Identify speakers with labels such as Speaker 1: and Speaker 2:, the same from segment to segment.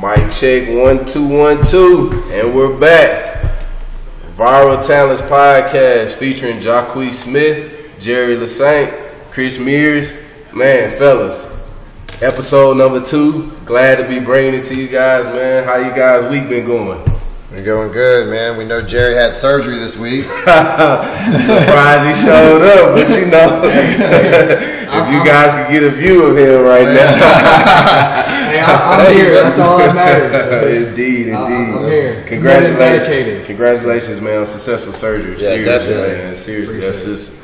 Speaker 1: Mic check one two one two, and we're back. Viral Talents Podcast featuring Jacque Smith, Jerry LeSaint, Chris Mears. Man, fellas, episode number two. Glad to be bringing it to you guys, man. How you guys week been going?
Speaker 2: We're going good, man. We know Jerry had surgery this week.
Speaker 1: Surprised he showed up, but you know, if you guys could get a view of him right now.
Speaker 3: Hey, I, am here. That's all that matters.
Speaker 1: indeed, indeed.
Speaker 3: I- I'm here.
Speaker 1: Congratulations,
Speaker 3: Dedicated.
Speaker 1: congratulations, man, on successful surgery.
Speaker 2: Yeah,
Speaker 1: Seriously,
Speaker 2: definitely.
Speaker 1: man. Seriously, that's just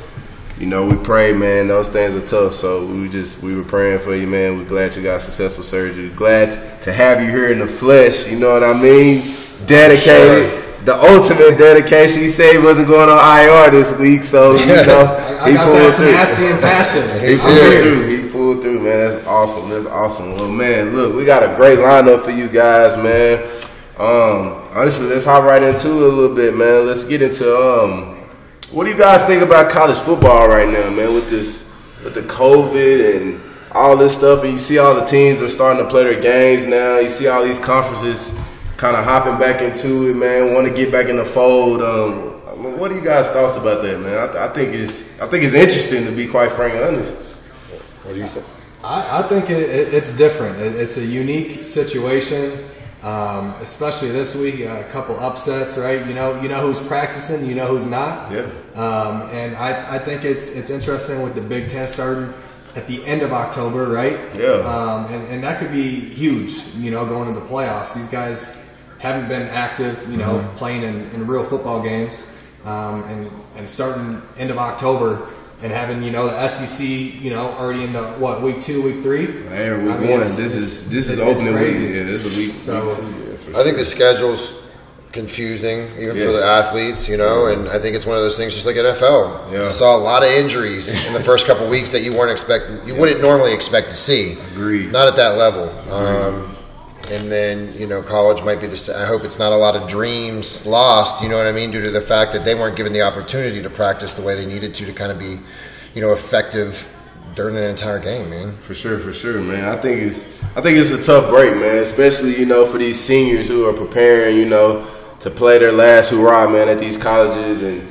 Speaker 1: you know we pray, man. Those things are tough, so we just we were praying for you, man. We're glad you got successful surgery. Glad to have you here in the flesh. You know what I mean? Dedicated. The ultimate dedication. He said he wasn't going on IR this week, so you know
Speaker 3: I,
Speaker 1: he
Speaker 3: I got
Speaker 1: pulled
Speaker 3: that
Speaker 1: through.
Speaker 3: tenacity and passion.
Speaker 1: He
Speaker 2: He's
Speaker 1: pulled
Speaker 2: here.
Speaker 1: through. He pulled through, man. That's awesome. That's awesome. Well, man, look, we got a great lineup for you guys, man. Um, honestly, let's hop right into it a little bit, man. Let's get into um, what do you guys think about college football right now, man? With this, with the COVID and all this stuff, and you see all the teams are starting to play their games now. You see all these conferences kind of hopping back into it, man. Want to get back in the fold. Um, what are you guys' thoughts about that, man? I, th- I think it's I think it's interesting to be quite frank and honest.
Speaker 2: What do you think?
Speaker 3: I, I think it, it, it's different. It, it's a unique situation, um, especially this week. A couple upsets, right? You know, you know who's practicing, you know who's not.
Speaker 1: Yeah.
Speaker 3: Um, and I, I think it's it's interesting with the Big Ten starting at the end of October, right?
Speaker 1: Yeah.
Speaker 3: Um, and, and that could be huge, you know, going to the playoffs. These guys haven't been active, you know, playing in, in real football games, um, and and starting end of October and having you know the SEC, you know, already into what week two, week three.
Speaker 1: Man,
Speaker 3: I
Speaker 1: week
Speaker 3: mean,
Speaker 1: one.
Speaker 3: it's-
Speaker 1: This is this is
Speaker 3: it's- it's
Speaker 1: opening
Speaker 3: crazy.
Speaker 1: week. Yeah, this is week.
Speaker 3: So-
Speaker 1: week two, yeah, for
Speaker 2: I think the schedule's confusing, even for
Speaker 1: Yes.
Speaker 2: the athletes, you know, and I think it's one of those things just like NFL.
Speaker 1: Yeah.
Speaker 2: You saw a lot of injuries in the first couple weeks that you weren't expecting, you wouldn't normally expect to see.
Speaker 1: Agreed.
Speaker 2: Not at that level. Um, and then, you know, college might be the sa- I hope it's not a lot of dreams lost, you know what I mean, due to the fact that they weren't given the opportunity to practice the way they needed to to kind of be, you know, effective during an entire game, man.
Speaker 1: For sure, for sure, man. I think it's I think it's a tough break, man. Especially you know for these seniors who are preparing, you know, to play their last hurrah, man, at these colleges and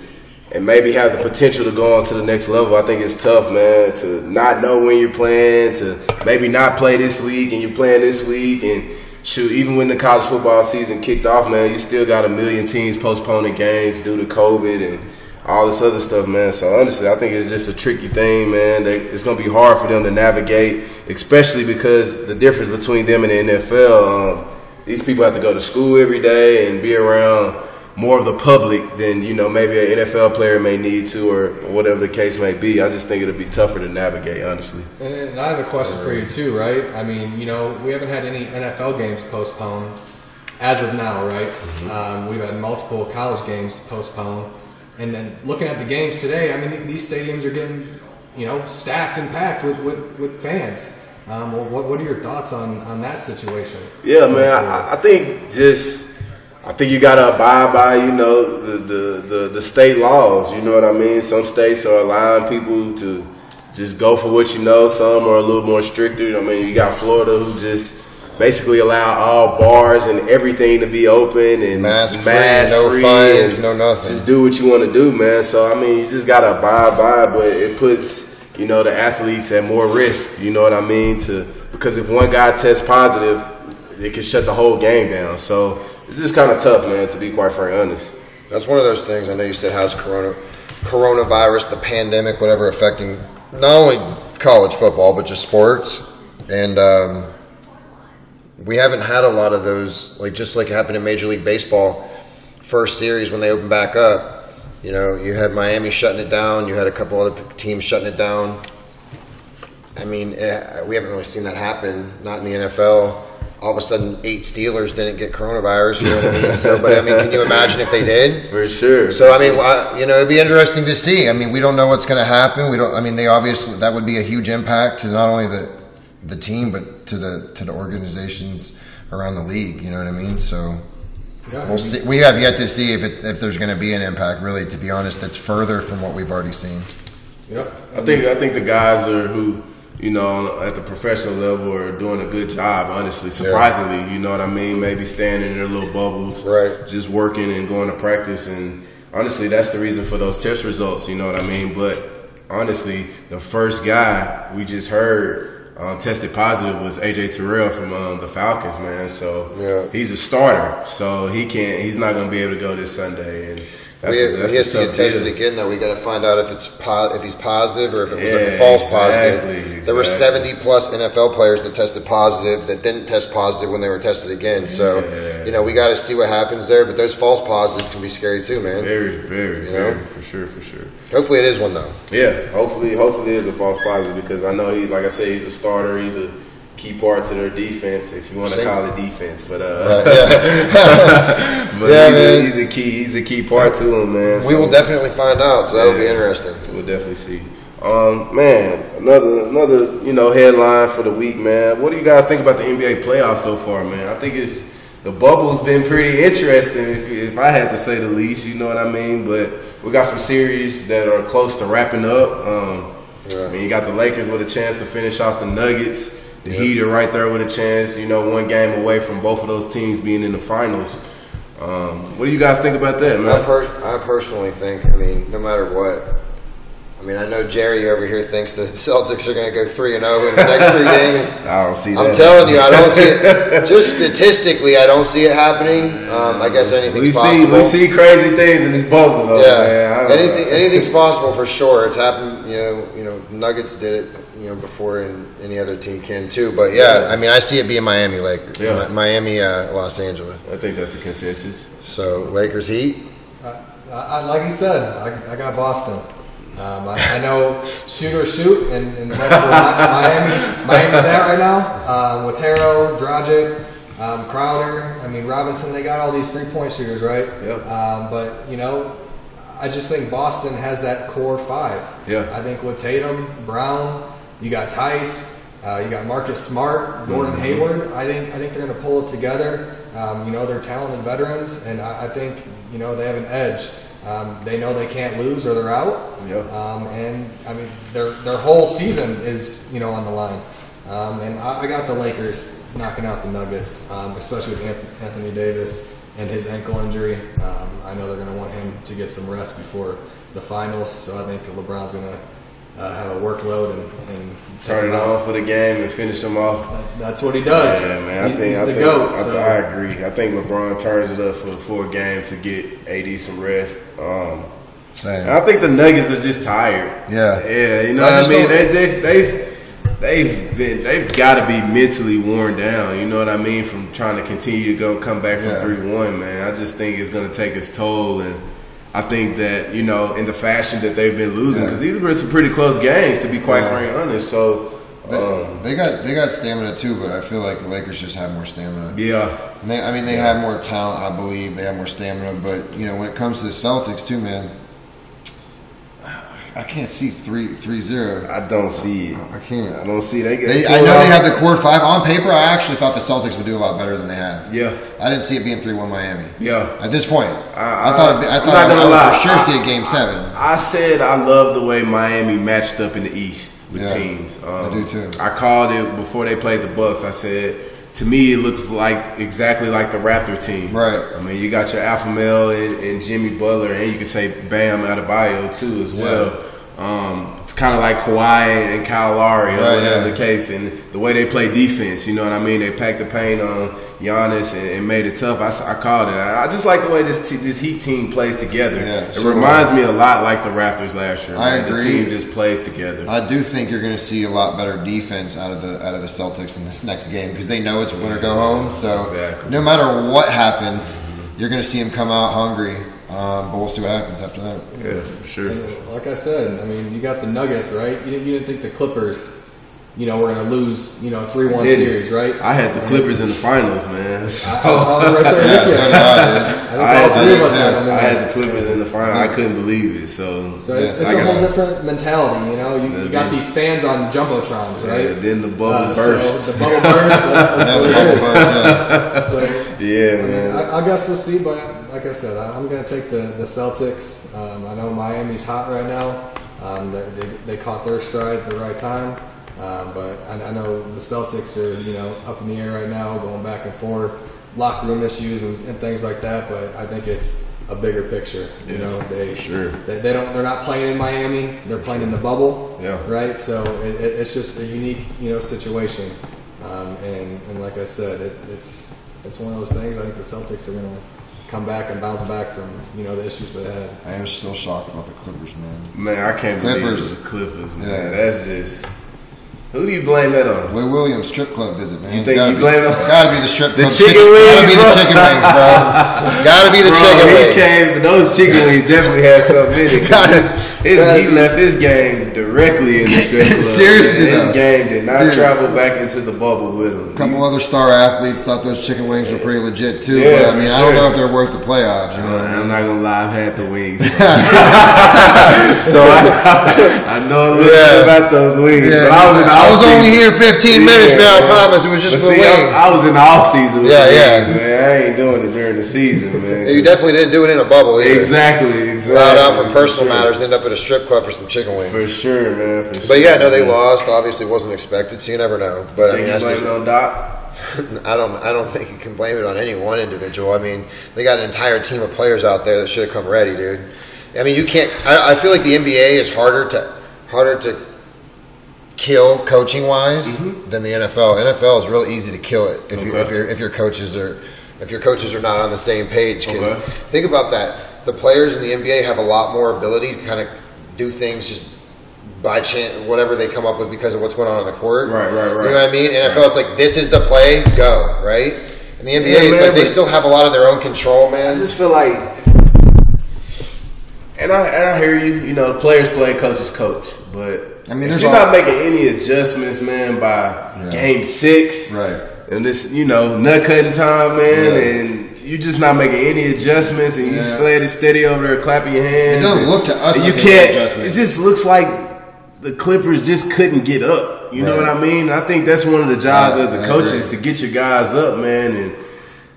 Speaker 1: and maybe have the potential to go on to the next level. I think it's tough, man, to not know when you're playing, to maybe not play this week and you're playing this week and shoot, even when the college football season kicked off, man, you still got a million teams postponing games due to COVID and all this other stuff, man. So honestly, I think it's just a tricky thing, man. They, it's gonna be hard for them to navigate, especially because the difference between them and the NFL, um, these people have to go to school every day and be around more of the public than you know maybe an NFL player may need to, or whatever the case may be. I just think it'll be tougher to navigate, honestly.
Speaker 3: And, and I have a question for you too, right? I mean, you know, we haven't had any NFL games postponed as of now, right? Um, we've had multiple college games postponed, and then looking at the games today, I mean, th- these stadiums are getting, you know, stacked and packed with with, with fans. Um, well, what what are your thoughts on on that situation?
Speaker 1: Yeah, man. I, I think just I think you gotta abide by you know the, the the the state laws. You know what I mean. Some states are allowing people to just go for what you know. Some are a little more stricter. I mean, you got Florida who just basically allow all bars and everything to be open and
Speaker 2: Mask free, no fines, no nothing.
Speaker 1: Just do what you want to do, man. So I mean, you just gotta abide by, it, but it puts you know the athletes at more risk. You know what I mean? To because if one guy tests positive, it can shut the whole game down. So it's just kind of tough, man. To be quite frank, honest.
Speaker 2: That's one of those things. I know you said how's corona, coronavirus, the pandemic, whatever, affecting not only college football but just sports. And um, we haven't had a lot of those. Like just like it happened in Major League Baseball, first series when they opened back up. You know, you had Miami shutting it down. You had a couple other teams shutting it down. I mean, eh, we haven't really seen that happen. Not in the NFL. All of a sudden, eight Steelers didn't get coronavirus. You know what I mean? So, but I mean, can you imagine if they did?
Speaker 1: For sure.
Speaker 2: So I mean, why- you know, it'd be interesting to see. I mean, we don't know what's going to happen. We don't. I mean, they obviously that would be a huge impact to not only the the team but to the to the organizations around the league. You know what I mean? So
Speaker 3: Yeah, I
Speaker 2: we'll see. We have yet to see if it, if there's going to be an impact. Really, to be honest, that's further from what we've already seen.
Speaker 3: Yep.
Speaker 1: I think I think the guys are who you know, on- at the professional level are doing a good job, honestly. Surprisingly, you know what I mean? Maybe staying in their little bubbles.
Speaker 2: Right.
Speaker 1: Just working and going to practice. And honestly, that's the reason for those test results, you know what I mean? But honestly, the first guy we just heard um, tested positive was AJ Terrell from um, the Falcons, man. So
Speaker 2: Yeah.
Speaker 1: he's a starter. So he can't, he's not going to be able to go this Sunday. And that's,
Speaker 2: we,
Speaker 1: a, that's
Speaker 2: he has
Speaker 1: a
Speaker 2: to
Speaker 1: tough
Speaker 2: get tested
Speaker 1: deal.
Speaker 2: again, though. We got to find out if it's po- if he's positive or if it was like a
Speaker 1: Yeah,
Speaker 2: false
Speaker 1: exactly,
Speaker 2: positive. There were
Speaker 1: exactly.
Speaker 2: seventy plus NFL players that tested positive that didn't test positive when they were tested again. So
Speaker 1: Yeah.
Speaker 2: you know we got to see what happens there. But those false positives can be scary too, man.
Speaker 1: Very, very,
Speaker 2: You know?
Speaker 1: very, for sure, for sure.
Speaker 2: Hopefully it is one though.
Speaker 1: Yeah, hopefully, hopefully it's a false positive because I know he, like I said, he's a starter. He's a key part to their defense, if you want to
Speaker 2: Same.
Speaker 1: call it defense. But uh,
Speaker 2: But, yeah.
Speaker 1: but
Speaker 2: Yeah,
Speaker 1: he's,
Speaker 2: man.
Speaker 1: A, he's a key, he's a key part to him, man.
Speaker 2: we
Speaker 1: So
Speaker 2: will definitely find out. So that'll be
Speaker 1: Yeah.
Speaker 2: interesting.
Speaker 1: we'll definitely see. Um, man, another another you know headline for the week, man. What do you guys think about the NBA playoffs so far, man? I think it's the bubble's been pretty interesting, if you- if I had to say the least. You know what I mean? But we got some series that are close to wrapping up. Um, I mean, you got the Lakers with a chance to finish off the Nuggets. The Heat are right there with a chance. You know, one game away from both of those teams being in the finals. Um, what do you guys think about that,
Speaker 2: I,
Speaker 1: man?
Speaker 2: per- I personally think, I mean, no matter what, I mean, I know Jerry over here thinks the Celtics are going to go 3 and 0 in the next three games.
Speaker 1: I don't see
Speaker 2: I'm telling you, I don't see it. Just statistically, I don't see it happening. Um, I guess anything's
Speaker 1: We see
Speaker 2: possible.
Speaker 1: we see crazy things in this bubble though. man. I
Speaker 2: yeah,
Speaker 1: don't
Speaker 2: anything,
Speaker 1: know.
Speaker 2: anything's possible for sure. It's happened, you know. You know, Nuggets did it, you know, before, and any other team can too. But yeah, I mean, I see it being Miami, Lakers,
Speaker 1: Yeah.
Speaker 2: Mi- Miami, uh, Los Angeles.
Speaker 1: I think that's the consensus.
Speaker 2: So Lakers Heat.
Speaker 3: I, I, like he said, I, I got Boston. Um, I, I know shoot or shoot, and, and that's where Miami, Miami's at right now um, with Harrow, Dragic, um, Crowder. I mean Robinson. They got all these three point shooters, right?
Speaker 1: Yep.
Speaker 3: Um, but you know, I just think Boston has that core five.
Speaker 1: Yeah.
Speaker 3: I think with Tatum, Brown, you got Tice, uh, you got Marcus Smart, Gordon
Speaker 1: Mm-hmm.
Speaker 3: Hayward. I think I think they're going to pull it together. Um, you know, they're talented veterans, and I, I think you know they have an edge. Um, they know they can't lose or they're out.
Speaker 1: Yeah.
Speaker 3: Um, and I mean, their their whole season is you know on the line. Um, and I, I got the Lakers knocking out the Nuggets, um, especially with Anth- Anthony Davis and his ankle injury. Um, I know they're going to want him to get some rest before the finals. So I think LeBron's going to uh, have a workload and, and take
Speaker 1: Turn it
Speaker 3: him out.
Speaker 1: on for the game and finish them off.
Speaker 3: That- That's what he does.
Speaker 1: Yeah, man. I
Speaker 3: He-
Speaker 1: think
Speaker 3: he's
Speaker 1: I
Speaker 3: the
Speaker 1: think,
Speaker 3: goat.
Speaker 1: I,
Speaker 3: so.
Speaker 1: I agree. I think LeBron turns it up for the four games to get AD some rest. Um, and I think the Nuggets are just tired.
Speaker 2: Yeah.
Speaker 1: Yeah. You know
Speaker 2: I
Speaker 1: what I
Speaker 2: just
Speaker 1: mean?
Speaker 2: don't-
Speaker 1: They, they've they've they've been they've got to be mentally worn down. You know what I mean? From trying to continue to go come back
Speaker 2: Yeah.
Speaker 1: from three one, man. I just think it's going to take its toll, and I think that you know in the fashion that they've been losing
Speaker 2: Yeah.
Speaker 1: because these have been some pretty close games to be quite
Speaker 2: Yeah.
Speaker 1: frank honest. So.
Speaker 2: They,
Speaker 1: Um,
Speaker 2: they got they got stamina too, but I feel like the Lakers just have more stamina.
Speaker 1: yeah,
Speaker 2: And they, I mean, they have more talent, I believe. They have more stamina, but you know, when it comes to the Celtics too, man, I can't see three three zero.
Speaker 1: I don't see it.
Speaker 2: I
Speaker 1: I
Speaker 2: can't.
Speaker 1: don't see they.
Speaker 2: They, I know they have the core five on paper. I actually thought the Celtics would do a lot better than they have.
Speaker 1: Yeah,
Speaker 2: I didn't see it being three one Miami.
Speaker 1: yeah.
Speaker 2: At this point, I,
Speaker 1: I-
Speaker 2: thought it'd be, I
Speaker 1: I'm
Speaker 2: thought
Speaker 1: not
Speaker 2: I would
Speaker 1: gonna lie.
Speaker 2: for sure
Speaker 1: I-
Speaker 2: see a game seven.
Speaker 1: I said I love the way Miami matched up in the East with
Speaker 2: Yeah,
Speaker 1: teams. Um,
Speaker 2: I do too.
Speaker 1: I called it before they played the Bucks. I said to me it looks like exactly like the Raptor team.
Speaker 2: Right.
Speaker 1: I mean you got your alpha male and, and Jimmy Butler, and you can say Bam Adebayo too as
Speaker 2: Yeah.
Speaker 1: well. Um, it's kind of like Kawhi and Kyle Lowry or
Speaker 2: Right,
Speaker 1: whatever
Speaker 2: yeah.
Speaker 1: the case, and the way they play defense, you know what I mean? They packed the paint on Giannis and, and made it tough. I, s- I called it. I, I just like the way this te- this Heat team plays together.
Speaker 2: Yeah,
Speaker 1: it
Speaker 2: sure.
Speaker 1: reminds me a lot like the Raptors last year.
Speaker 2: I
Speaker 1: man. The
Speaker 2: agree.
Speaker 1: team just plays together.
Speaker 2: I do think you're going to see a lot better defense out of the out of the Celtics in this next game because they know it's win or go home. So
Speaker 1: Exactly.
Speaker 2: no matter what happens, you're going to see them come out hungry. Um, but we'll see what happens after that.
Speaker 1: yeah, for sure.
Speaker 3: And Like I said, I mean, you got the Nuggets, right? You, didn't- you didn't think the Clippers, you know, were going to lose, you know, three one
Speaker 1: Didn't.
Speaker 3: series, right?
Speaker 1: I had the Clippers in the finals, man. So-
Speaker 3: I, I was Oh, right there
Speaker 2: Yeah,
Speaker 3: with
Speaker 2: so
Speaker 3: you.
Speaker 2: did I,
Speaker 1: I had
Speaker 2: dude.
Speaker 3: I think all
Speaker 1: the-
Speaker 3: three of us
Speaker 2: I
Speaker 3: had them. in
Speaker 1: I
Speaker 3: there.
Speaker 1: had the Clippers in the final. I couldn't believe it. So,
Speaker 3: So
Speaker 2: Yes,
Speaker 3: it's, it's
Speaker 1: I
Speaker 3: a
Speaker 1: guess-
Speaker 3: whole different mentality, you know. You, you got
Speaker 1: Yeah.
Speaker 3: these fans on jumbotrons,
Speaker 1: Yeah,
Speaker 3: right?
Speaker 1: then the bubble
Speaker 3: Uh, so
Speaker 1: burst.
Speaker 3: the bubble burst. that- that's
Speaker 2: Yeah, the
Speaker 3: what it
Speaker 2: bubble
Speaker 3: is.
Speaker 2: burst, yeah.
Speaker 3: So,
Speaker 1: yeah,
Speaker 3: I, mean,
Speaker 1: man.
Speaker 3: I, I guess we'll see, but like I said, I, I'm going to take the, the Celtics. Um, I know Miami's hot right now. Um, they, they, they caught their stride at the right time. Um, but I, I know the Celtics are you know up in the air right now, going back and forth, locker room issues and, and things like that. But I think it's a bigger picture. You
Speaker 1: Yeah,
Speaker 3: know,
Speaker 1: for
Speaker 3: they
Speaker 1: sure.
Speaker 3: they, they don't they're not playing in Miami. They're playing in the bubble.
Speaker 1: Yeah.
Speaker 3: Right. So it, it, it's just a unique you know situation. Um, and and like I said, it, it's it's one of those things. I think the Celtics are going to come back and bounce back from you know the issues they had.
Speaker 2: I am still shocked about the Clippers, man.
Speaker 1: Man, I can't
Speaker 2: Clippers.
Speaker 1: believe the Clippers, man.
Speaker 2: Yeah.
Speaker 1: That's just. Who do you blame that on?
Speaker 2: Lou Williams strip club visit, man.
Speaker 1: You think
Speaker 2: gotta
Speaker 1: you
Speaker 2: be,
Speaker 1: blame him?
Speaker 2: Gotta be the strip
Speaker 1: The
Speaker 2: club.
Speaker 1: chicken
Speaker 2: Gotta
Speaker 1: wings,
Speaker 2: be the
Speaker 1: bro.
Speaker 2: chicken wings, bro. gotta be the
Speaker 1: Bro,
Speaker 2: chicken
Speaker 1: he
Speaker 2: wings.
Speaker 1: came. Those chicken wings definitely had something in it. 'cause
Speaker 2: Guys,
Speaker 1: his, his- he
Speaker 2: guys.
Speaker 1: left his game directly in the strip club.
Speaker 2: Seriously,
Speaker 1: his
Speaker 2: though.
Speaker 1: game did not
Speaker 2: Dude.
Speaker 1: travel back into the bubble with him.
Speaker 2: A couple other star athletes thought those chicken wings were pretty legit too.
Speaker 1: Yeah,
Speaker 2: but I mean,
Speaker 1: for
Speaker 2: I
Speaker 1: sure.
Speaker 2: don't know if they're worth the playoffs. You know what I mean?
Speaker 1: Uh, I'm not gonna lie, I've had the wings, so I, I know a little bit
Speaker 2: Yeah.
Speaker 1: about those wings.
Speaker 2: Yeah,
Speaker 1: but I was, in the off season.
Speaker 2: only here 15 minutes, man. I promise it was just
Speaker 1: But
Speaker 2: for
Speaker 1: see, I-
Speaker 2: wings.
Speaker 1: I, was in the off season. With
Speaker 2: Yeah,
Speaker 1: the
Speaker 2: yeah.
Speaker 1: wings, man. I ain't doing it during the season, man.
Speaker 2: you definitely didn't do it in a bubble either.
Speaker 1: exactly, exactly.
Speaker 2: Allowed out for personal
Speaker 1: sure.
Speaker 2: matters, end up at a strip club for some chicken wings.
Speaker 1: For sure, man. For sure,
Speaker 2: But yeah, no, they
Speaker 1: man.
Speaker 2: lost. Obviously, wasn't expected. So you never know. But I
Speaker 1: Think
Speaker 2: mean,
Speaker 1: you
Speaker 2: that's
Speaker 1: blame it
Speaker 2: just,
Speaker 1: on Doc?
Speaker 2: I don't. I don't think you can blame it on any one individual. I mean, they got an entire team of players out there that should have come ready, dude. I mean, you can't. I, I feel like the NBA is harder to harder to kill coaching wise than the NFL. NFL is real easy to kill it if you if
Speaker 1: Mm-hmm. Okay.
Speaker 2: your if your coaches are if your coaches are not on the same page. 'Cause
Speaker 1: Okay.
Speaker 2: think about that. The players in the NBA have a lot more ability to kind of do things just by chance, whatever they come up with because of what's going on on the court.
Speaker 1: Right, right, right.
Speaker 2: You know what I mean? NFL, it's like this is the play, go right. In the NBA,
Speaker 1: Yeah,
Speaker 2: it's
Speaker 1: man,
Speaker 2: like they
Speaker 1: but-
Speaker 2: still have a lot of their own control, man.
Speaker 1: I just feel like, and I and I hear you. You know, the players play, coaches coach, but
Speaker 2: I mean,
Speaker 1: if
Speaker 2: there's
Speaker 1: you're
Speaker 2: all-
Speaker 1: not making any adjustments, man, by game six,
Speaker 2: Right.
Speaker 1: And this, you know, nut cutting time, man,
Speaker 2: Yeah.
Speaker 1: and you're just not making any adjustments, and you
Speaker 2: Yeah.
Speaker 1: just lay it steady over there, clapping your hands.
Speaker 2: It doesn't
Speaker 1: and-
Speaker 2: look to us
Speaker 1: and
Speaker 2: like
Speaker 1: you
Speaker 2: they made
Speaker 1: can't.
Speaker 2: adjustments.
Speaker 1: It just looks like the Clippers just couldn't get up. You know
Speaker 2: Right.
Speaker 1: what I mean? I think that's one of the jobs
Speaker 2: Yeah,
Speaker 1: as
Speaker 2: I
Speaker 1: a
Speaker 2: agree.
Speaker 1: coach is to get your guys up, man, and.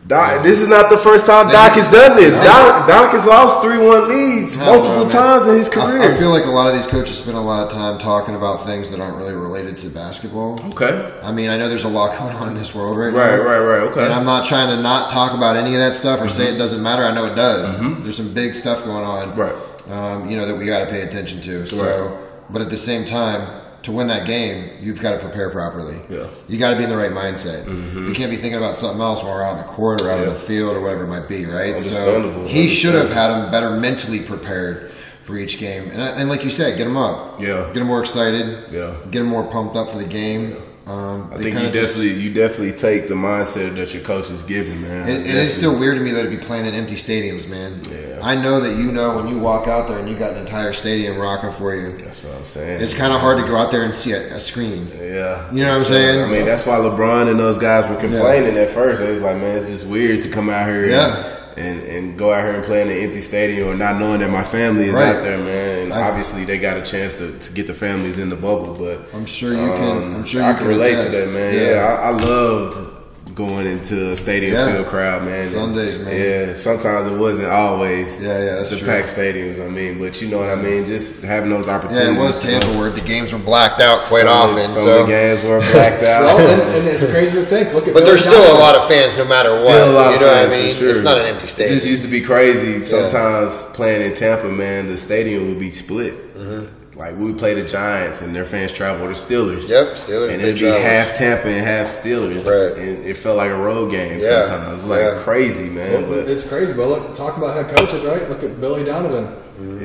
Speaker 1: Doc, this is not the first time Doc has done this.
Speaker 2: No.
Speaker 1: Doc, Doc has lost three one leads
Speaker 2: Yeah,
Speaker 1: multiple
Speaker 2: well,
Speaker 1: times in his
Speaker 2: I-
Speaker 1: career.
Speaker 2: I, feel like a lot of these coaches spend a lot of time talking about things that aren't really related to basketball.
Speaker 1: okay,
Speaker 2: I mean, I know there's a lot going on in this world right,
Speaker 1: right,
Speaker 2: now.
Speaker 1: right, right. Okay, Mm-hmm.
Speaker 2: And I'm not trying to not talk about any of that stuff or say it doesn't matter. I know it does. There's some big stuff going on,
Speaker 1: Right.
Speaker 2: Um, you know that we got to pay attention to. So,
Speaker 1: Right.
Speaker 2: but at the same time, to win that game, you've got to prepare properly.
Speaker 1: Yeah. Mm-hmm.
Speaker 2: you got to be in the right mindset. You can't be thinking about something else while we're out in the court or out on the field or whatever it might be. Right. So
Speaker 1: Understandable,
Speaker 2: he should have had him better mentally prepared for each game, and, and like you said, get him up.
Speaker 1: Yeah.
Speaker 2: get him more excited.
Speaker 1: Yeah.
Speaker 2: get him more pumped up for the game. Um,
Speaker 1: I think you definitely you definitely take the mindset that your coach is giving, man.
Speaker 2: it, it is still weird to me that it'd be playing in empty stadiums, man.
Speaker 1: Yeah.
Speaker 2: I know that you know when you walk out there and you got an entire stadium rocking for you.
Speaker 1: That's what I'm saying.
Speaker 2: It's kind of hard to go out there and see a, a screen.
Speaker 1: Yeah.
Speaker 2: You know what I'm saying?
Speaker 1: I mean, that's why LeBron and those guys were complaining at first. It was like, man, it's just weird to come out here
Speaker 2: Yeah.
Speaker 1: and, and, and go out here and play in an empty stadium or not knowing that my family is
Speaker 2: Right.
Speaker 1: out there, man. And
Speaker 2: I-
Speaker 1: obviously, they got a chance to, to get the families in the bubble, but
Speaker 2: I'm sure you can.
Speaker 1: um,
Speaker 2: I'm sure you
Speaker 1: I can, relate
Speaker 2: attest.
Speaker 1: to that, man. Yeah, I, I loved going into a stadium
Speaker 2: Yeah.
Speaker 1: field crowd, man.
Speaker 2: Sundays, man.
Speaker 1: Yeah, sometimes it wasn't always
Speaker 2: Yeah, yeah, that's
Speaker 1: the
Speaker 2: true.
Speaker 1: packed stadiums, I mean, but you know what I mean? Just having those opportunities.
Speaker 2: yeah, it was
Speaker 1: to go
Speaker 2: Tampa where the games were blacked out quite
Speaker 1: some of the-
Speaker 2: often.
Speaker 1: some of
Speaker 2: so,
Speaker 1: the games were blacked out.
Speaker 3: Well, and, and it's crazy to think. Look at
Speaker 2: but
Speaker 3: Billy
Speaker 2: there's still a
Speaker 3: Donovan.
Speaker 2: lot of fans, no matter what.
Speaker 1: Still a lot
Speaker 2: you
Speaker 1: of
Speaker 2: know
Speaker 1: fans,
Speaker 2: what I mean?
Speaker 1: for sure.
Speaker 2: It's not an empty
Speaker 1: It
Speaker 2: stadium.
Speaker 1: just used to be crazy. Sometimes playing in Tampa, man, the stadium would be split.
Speaker 2: Mm-hmm.
Speaker 1: Like we would play the Giants, and their fans travel to Steelers.
Speaker 2: yep, Steelers.
Speaker 1: And
Speaker 2: big
Speaker 1: it'd be
Speaker 2: drivers.
Speaker 1: half Tampa and half Steelers.
Speaker 2: Right.
Speaker 1: And it felt like a road game
Speaker 2: Yeah.
Speaker 1: sometimes. It was like
Speaker 2: Yeah.
Speaker 1: crazy, man.
Speaker 3: Well,
Speaker 1: But
Speaker 3: it's crazy, but look, talk about head coaches, right? Look at Billy Donovan.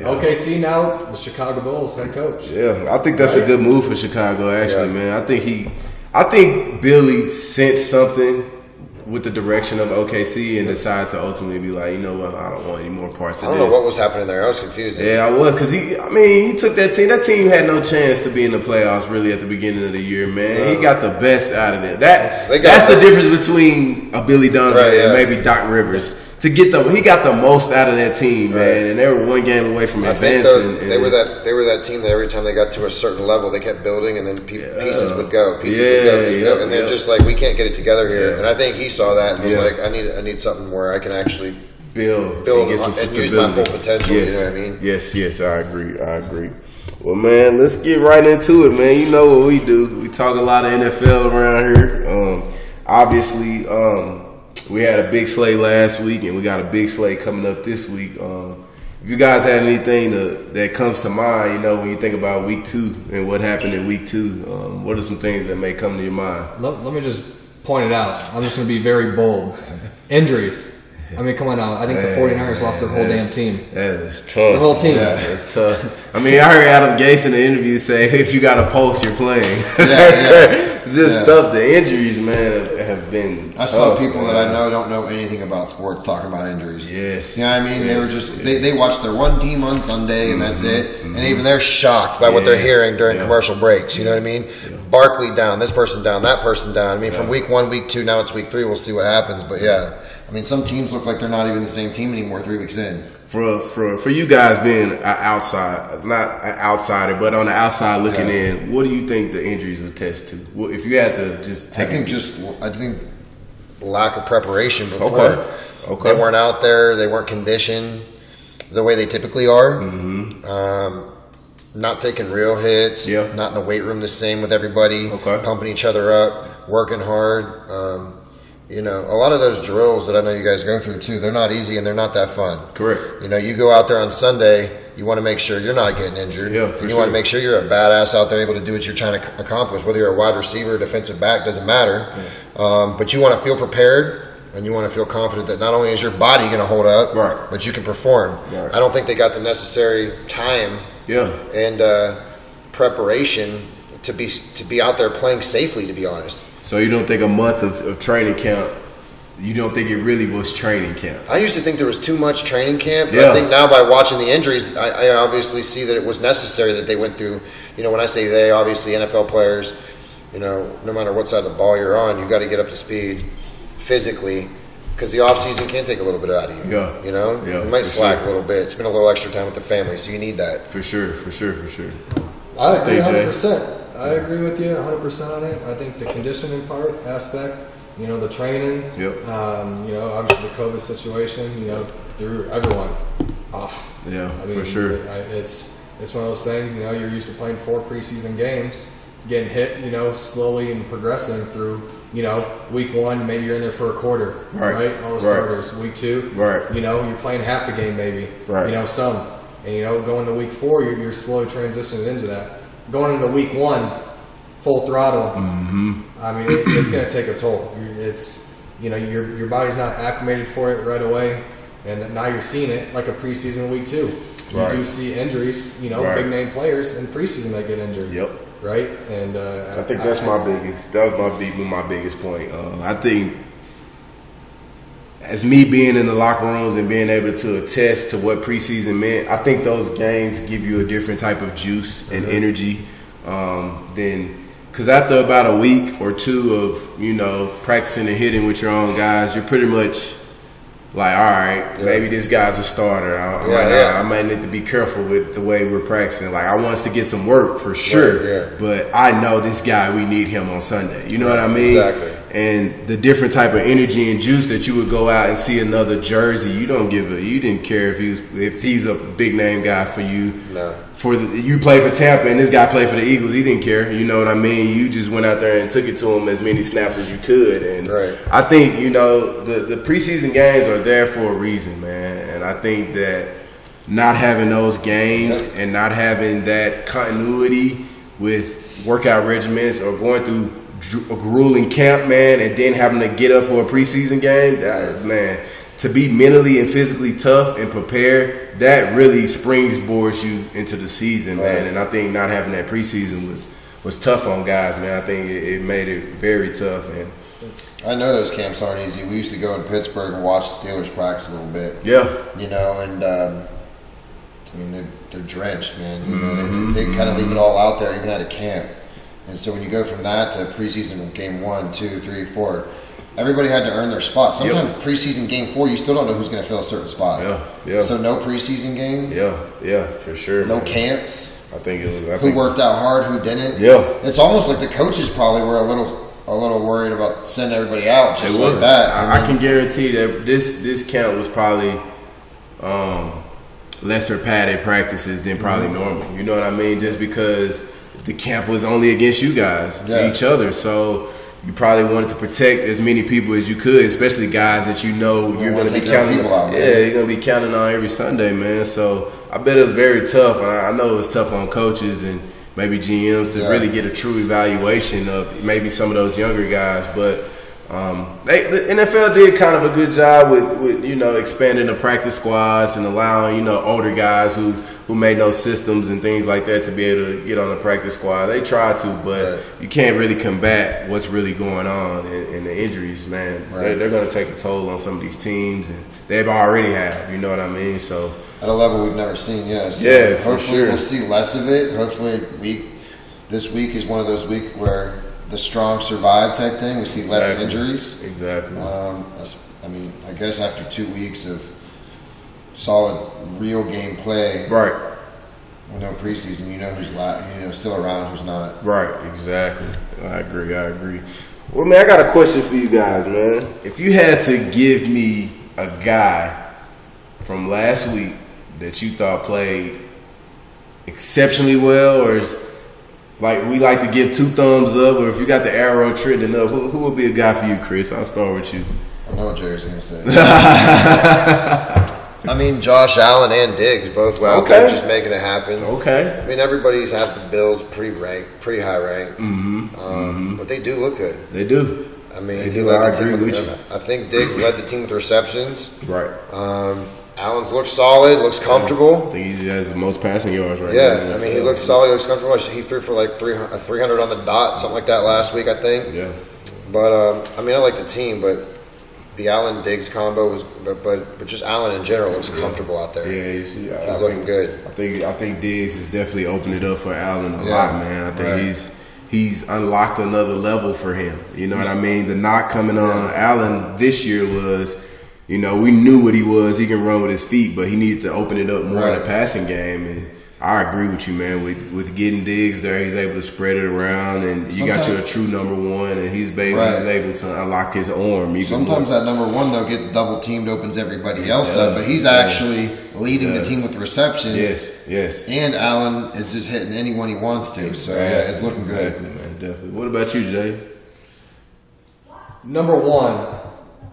Speaker 3: OKC now, the Chicago Bulls head coach.
Speaker 1: yeah, I think that's a good move for Chicago. Actually,
Speaker 2: Yeah.
Speaker 1: man, I think he, I think Billy sensed something with the direction of OKC and decided to ultimately be like, you know what, I don't want any more parts
Speaker 2: I
Speaker 1: of
Speaker 2: don't
Speaker 1: this.
Speaker 2: know what was happening there. I was confused.
Speaker 1: Yeah, I was because he. I mean, he took that team. That team had no chance to be in the playoffs really at the beginning of the year, man. he got the best out of it. That
Speaker 2: Uh-huh. They got-
Speaker 1: that's the difference between a Billy Donovan
Speaker 2: Right, yeah.
Speaker 1: and maybe Doc Rivers. To get the he got the most out of that team, man, and they were one game away from
Speaker 2: I think
Speaker 1: advancing.
Speaker 2: though,
Speaker 1: and-
Speaker 2: they were that they were that team that every time they got to a certain level, they kept building, and then pe- pieces would go, pieces would go,
Speaker 1: Yeah,
Speaker 2: pieces would
Speaker 1: yep,
Speaker 2: go, and they're
Speaker 1: yep.
Speaker 2: just like, we can't get it together here.
Speaker 1: Yeah.
Speaker 2: And I think he saw that and was
Speaker 1: Yeah.
Speaker 2: like, I need I need something where I can actually.
Speaker 1: build,
Speaker 2: build
Speaker 1: and get some
Speaker 2: and use my
Speaker 1: stability.
Speaker 2: full potential, you
Speaker 1: Yes.
Speaker 2: know what I mean?
Speaker 1: Yes, yes, I agree. I agree. Well, man, let's get right into it, man. You know what we do. We talk a lot of NFL around here. Um, obviously, um, we had a big slate last week, and we got a big slate coming up this week. Um, if you guys had anything to, that comes to mind, you know, when you think about week two and what happened in week two, um, what are some things that may come to your mind?
Speaker 3: Let, let me just point it out. I'm just going to be very bold. Injuries. I mean, come on now. I think the 49ers lost their whole damn
Speaker 1: That's-
Speaker 3: team.
Speaker 1: That is tough.
Speaker 3: The whole team.
Speaker 1: Yeah, that's tough. I mean, I heard Adam Gase in the interview say, if you got a pulse, you're playing. That's
Speaker 2: yeah.
Speaker 1: great. It's Just
Speaker 2: Yeah.
Speaker 1: stuff, the injuries, man, have, have been.
Speaker 2: I saw
Speaker 1: tough,
Speaker 2: people that
Speaker 1: man.
Speaker 2: I know don't know anything about sports talking about injuries.
Speaker 1: Yes.
Speaker 2: You know what I mean? they were
Speaker 1: Yes,
Speaker 2: just
Speaker 1: yes. Mm-hmm.
Speaker 2: they, they watch their one team on Sunday and that's it. And even they're shocked by what they're
Speaker 1: Yeah,
Speaker 2: hearing during
Speaker 1: yeah.
Speaker 2: commercial breaks. You know what I mean? Barkley down, this person down, that person down. I mean, from week one, week two, now it's week three. We'll see what happens. But yeah, I mean, some teams look like they're not even the same team anymore three weeks in.
Speaker 1: For, for, for you guys being a outside, not an outsider, but on the outside looking
Speaker 2: Yeah.
Speaker 1: in, what do you think the injuries attest to? Well, if you had to just
Speaker 2: I
Speaker 1: take
Speaker 2: think
Speaker 1: a-
Speaker 2: just I think lack of preparation before.
Speaker 1: Okay. Okay.
Speaker 2: They weren't out there. They weren't conditioned the way they typically are. Mm-hmm. Um, not taking real hits.
Speaker 1: Yeah.
Speaker 2: Not in the weight room the same with everybody.
Speaker 1: Okay.
Speaker 2: Pumping each other up. Working hard. Um, you know, a lot of those drills that I know you guys go through too, they're not easy and they're not that fun.
Speaker 1: Correct.
Speaker 2: You know, you go out there on Sunday, you want to make sure you're not getting injured.
Speaker 1: Yeah,
Speaker 2: and
Speaker 1: for
Speaker 2: you
Speaker 1: sure.
Speaker 2: want to make sure you're a badass out there, able to do what you're trying to ac- accomplish. Whether you're a wide receiver, defensive back, doesn't matter. Um, but you want to feel prepared, and you want to feel confident that not only is your body going to hold up,
Speaker 1: Right.
Speaker 2: but you can perform.
Speaker 1: Right.
Speaker 2: I don't think they got the necessary time
Speaker 1: Yeah.
Speaker 2: and uh, preparation to be to be out there playing safely. To be honest,
Speaker 1: So you don't think a month of, of training camp, you don't think it really was training camp?
Speaker 2: I used to think there was too much training camp. But
Speaker 1: Yeah.
Speaker 2: I think now by watching the injuries, I, I obviously see that it was necessary that they went through. You know, when I say they, obviously NFL players. You know, no matter what side of the ball you're on, you got to get up to speed physically because the off season can take a little bit out of you.
Speaker 1: Yeah.
Speaker 2: You know,
Speaker 1: Yeah,
Speaker 2: you might
Speaker 1: for
Speaker 2: slack
Speaker 1: sure.
Speaker 2: a little bit. Spend a little extra time with the family, so you need that.
Speaker 1: For sure, for sure, for sure.
Speaker 3: I agree
Speaker 1: Thank you, Jay.
Speaker 3: 100%. I agree with you 100% on it. I think the conditioning part aspect, you know, the training,
Speaker 1: Yep.
Speaker 3: um, you know, obviously the COVID situation, you know, threw everyone off.
Speaker 1: Yeah,
Speaker 3: I
Speaker 1: for
Speaker 3: mean,
Speaker 1: sure.
Speaker 3: I, it's it's one of those things. You know, you're used to playing four preseason games, getting hit. You know, slowly and progressing through. You know, week one, maybe you're in there for a quarter,
Speaker 1: Right,
Speaker 3: All
Speaker 1: right.
Speaker 3: the starters. Week two,
Speaker 1: Right.
Speaker 3: You know, you're playing half a game, maybe,
Speaker 1: Right.
Speaker 3: You know, some, and you know, going to week four, you're, you're slowly transitioning into that. Going into week one, full throttle.
Speaker 1: Mm-hmm.
Speaker 3: I mean, it, it's going to take a toll. You- It's you know your your body's not acclimated for it right away, and now you're seeing it like a preseason week two. You
Speaker 1: Right.
Speaker 3: do see injuries. You know,
Speaker 1: Right.
Speaker 3: big name players in preseason that get injured.
Speaker 1: Yep.
Speaker 3: Right, and uh,
Speaker 1: I think that's my biggest. That was my big, my biggest point. Uh, I think as me being in the locker rooms and being able to attest to what preseason meant, I think those games give you a different type of juice
Speaker 2: Uh-huh.
Speaker 1: and energy um, than because after about a week or two of you know practicing and hitting with your own guys, you're pretty much like, all right, maybe this guy's a starter. I, I
Speaker 2: Yeah,
Speaker 1: might,
Speaker 2: yeah.
Speaker 1: I might need to be careful with the way we're practicing. Like, I want us to get some work for sure,
Speaker 2: yeah.
Speaker 1: but I know this guy. We need him on Sunday. You know what I mean?
Speaker 2: Exactly.
Speaker 1: And the different type of energy and juice that you would go out and see another jersey. You don't give a. You didn't care if he was if he's a big name guy for you.
Speaker 2: No.
Speaker 1: For the, you play for Tampa and this guy played for the Eagles. He didn't care. You know what I mean? You just went out there and took it to him as many snaps as you could. And
Speaker 2: Right.
Speaker 1: I think you know the the preseason games are there for a reason, man. And I think that not having those games
Speaker 2: Yep.
Speaker 1: and not having that continuity with workout regimens or going through dr- a grueling camp, man, and then having to get up for a preseason game, that, man, to be mentally and physically tough and prepared, that really springboards you into the season, man.
Speaker 2: Right.
Speaker 1: And I think not having that preseason was was tough on guys, man. I think it, it made it very tough and.
Speaker 2: I know those camps aren't easy. We used to go in Pittsburgh and watch the Steelers practice a little bit.
Speaker 1: Yeah,
Speaker 2: you know, and um, I mean they're they're drenched, man. You
Speaker 1: Mm-hmm.
Speaker 2: know, they, they kind of leave it all out there, even at a camp. And so when you go from that to preseason game one, two, three, four, everybody had to earn their spot. Sometimes preseason game four, you still don't know who's going to fill a certain spot.
Speaker 1: Yeah, yeah.
Speaker 2: So no preseason game,
Speaker 1: yeah, yeah, for sure.
Speaker 2: no
Speaker 1: man.
Speaker 2: camps.
Speaker 1: I think it was. I
Speaker 2: Who
Speaker 1: think,
Speaker 2: worked out hard, who didn't?
Speaker 1: Yeah.
Speaker 2: It's almost like the coaches probably were a little a little worried about sending everybody out
Speaker 1: It
Speaker 2: just
Speaker 1: was.
Speaker 2: like that.
Speaker 1: I, I can guarantee that this this count was probably um, lesser padded practices than probably
Speaker 2: Mm-hmm.
Speaker 1: normal. You know what I mean? Just because the camp was only against you guys,
Speaker 2: Yeah.
Speaker 1: each other. So you probably wanted to protect as many people as you could, especially guys that you know you're
Speaker 2: wanna
Speaker 1: going to be
Speaker 2: take their
Speaker 1: counting
Speaker 2: people out,
Speaker 1: on.
Speaker 2: man.
Speaker 1: Yeah, you're going to be counting on every Sunday, man. So I bet it was very tough. And I I know it was tough on coaches and maybe GMs to
Speaker 2: Yeah.
Speaker 1: really get a true evaluation of maybe some of those younger guys. But um, they, the NFL did kind of a good job with, with you know expanding the practice squads and allowing you know older guys who who may know systems and things like that to be able to get on the practice squad. They tried to, but
Speaker 2: Right.
Speaker 1: you can't really combat what's really going on and, and the injuries, man.
Speaker 2: Right.
Speaker 1: They're, they're going to take a toll on some of these teams, and they've already have. You know what I mean? So
Speaker 2: at a level we've never seen yet. So
Speaker 1: Yeah, for
Speaker 2: hopefully
Speaker 1: sure.
Speaker 2: we'll see less of it. Hopefully, week this week is one of those weeks where the strong survive type thing. We see less
Speaker 1: Exactly.
Speaker 2: injuries.
Speaker 1: exactly.
Speaker 2: Um, as- I mean, I guess after two weeks of solid real game play,
Speaker 1: Right.
Speaker 2: you know, preseason, you know who's la- you know still around, who's not.
Speaker 1: Right, exactly. I agree, I agree. Well, man, I got a question for you guys, man. If you had to give me a guy from last week that you thought played exceptionally well, or is, like we like to give two thumbs up, or if you got the arrow trending up, who, who would be a guy for you, Chris? I'll start with you.
Speaker 2: I know what Jerry's gonna say. I mean, Josh Allen and Diggs both well
Speaker 1: Okay.
Speaker 2: just making it happen.
Speaker 1: Okay.
Speaker 2: I mean, everybody's have the Bills pretty rank, pretty high rank, um, but they do look good.
Speaker 1: They do.
Speaker 2: I mean,
Speaker 1: Mm-hmm. They
Speaker 2: he
Speaker 1: do.
Speaker 2: led
Speaker 1: I
Speaker 2: the team
Speaker 1: agree
Speaker 2: with-
Speaker 1: with
Speaker 2: I think Diggs led the team with receptions.
Speaker 1: Right.
Speaker 2: Um, Allen's looks solid, looks
Speaker 1: I
Speaker 2: comfortable.
Speaker 1: think he has the most passing yards right now. in
Speaker 2: Yeah,
Speaker 1: the
Speaker 2: I mean, he
Speaker 1: NFL.
Speaker 2: looks solid, he looks comfortable. He threw for like 300, a 300 on the dot, something like that last week, I think.
Speaker 1: Yeah.
Speaker 2: But um, I mean, I like the team, but the Allen Diggs combo was, but, but but just Allen in general looks comfortable out there.
Speaker 1: Yeah, he's, yeah,
Speaker 2: He's
Speaker 1: I
Speaker 2: looking
Speaker 1: think-
Speaker 2: good.
Speaker 1: I think I think Diggs has definitely opened it up for Allen a
Speaker 2: Yeah,
Speaker 1: lot, man. I think
Speaker 2: right.
Speaker 1: he's he's unlocked another level for him. You know what I mean? The knock coming on Allen this year was, you know, we knew what he was. He can run with his feet, but he needed to open it up more in
Speaker 2: Right.
Speaker 1: the passing game. And I agree with you, man. With with getting Diggs there, he's able to spread it around, and you got your
Speaker 2: Sometimes-
Speaker 1: true number one, and he's able,
Speaker 2: Right.
Speaker 1: he's able to unlock his arm. even
Speaker 2: Sometimes
Speaker 1: more.
Speaker 2: that number one though gets double teamed, opens everybody else up,
Speaker 1: does,
Speaker 2: but he's
Speaker 1: he does.
Speaker 2: actually leading the
Speaker 1: does.
Speaker 2: team with receptions.
Speaker 1: yes, yes.
Speaker 2: And Allen is just hitting anyone he wants to, so yeah, it's looking good.
Speaker 1: Exactly, man. Definitely. What about you, Jay?
Speaker 3: Number one,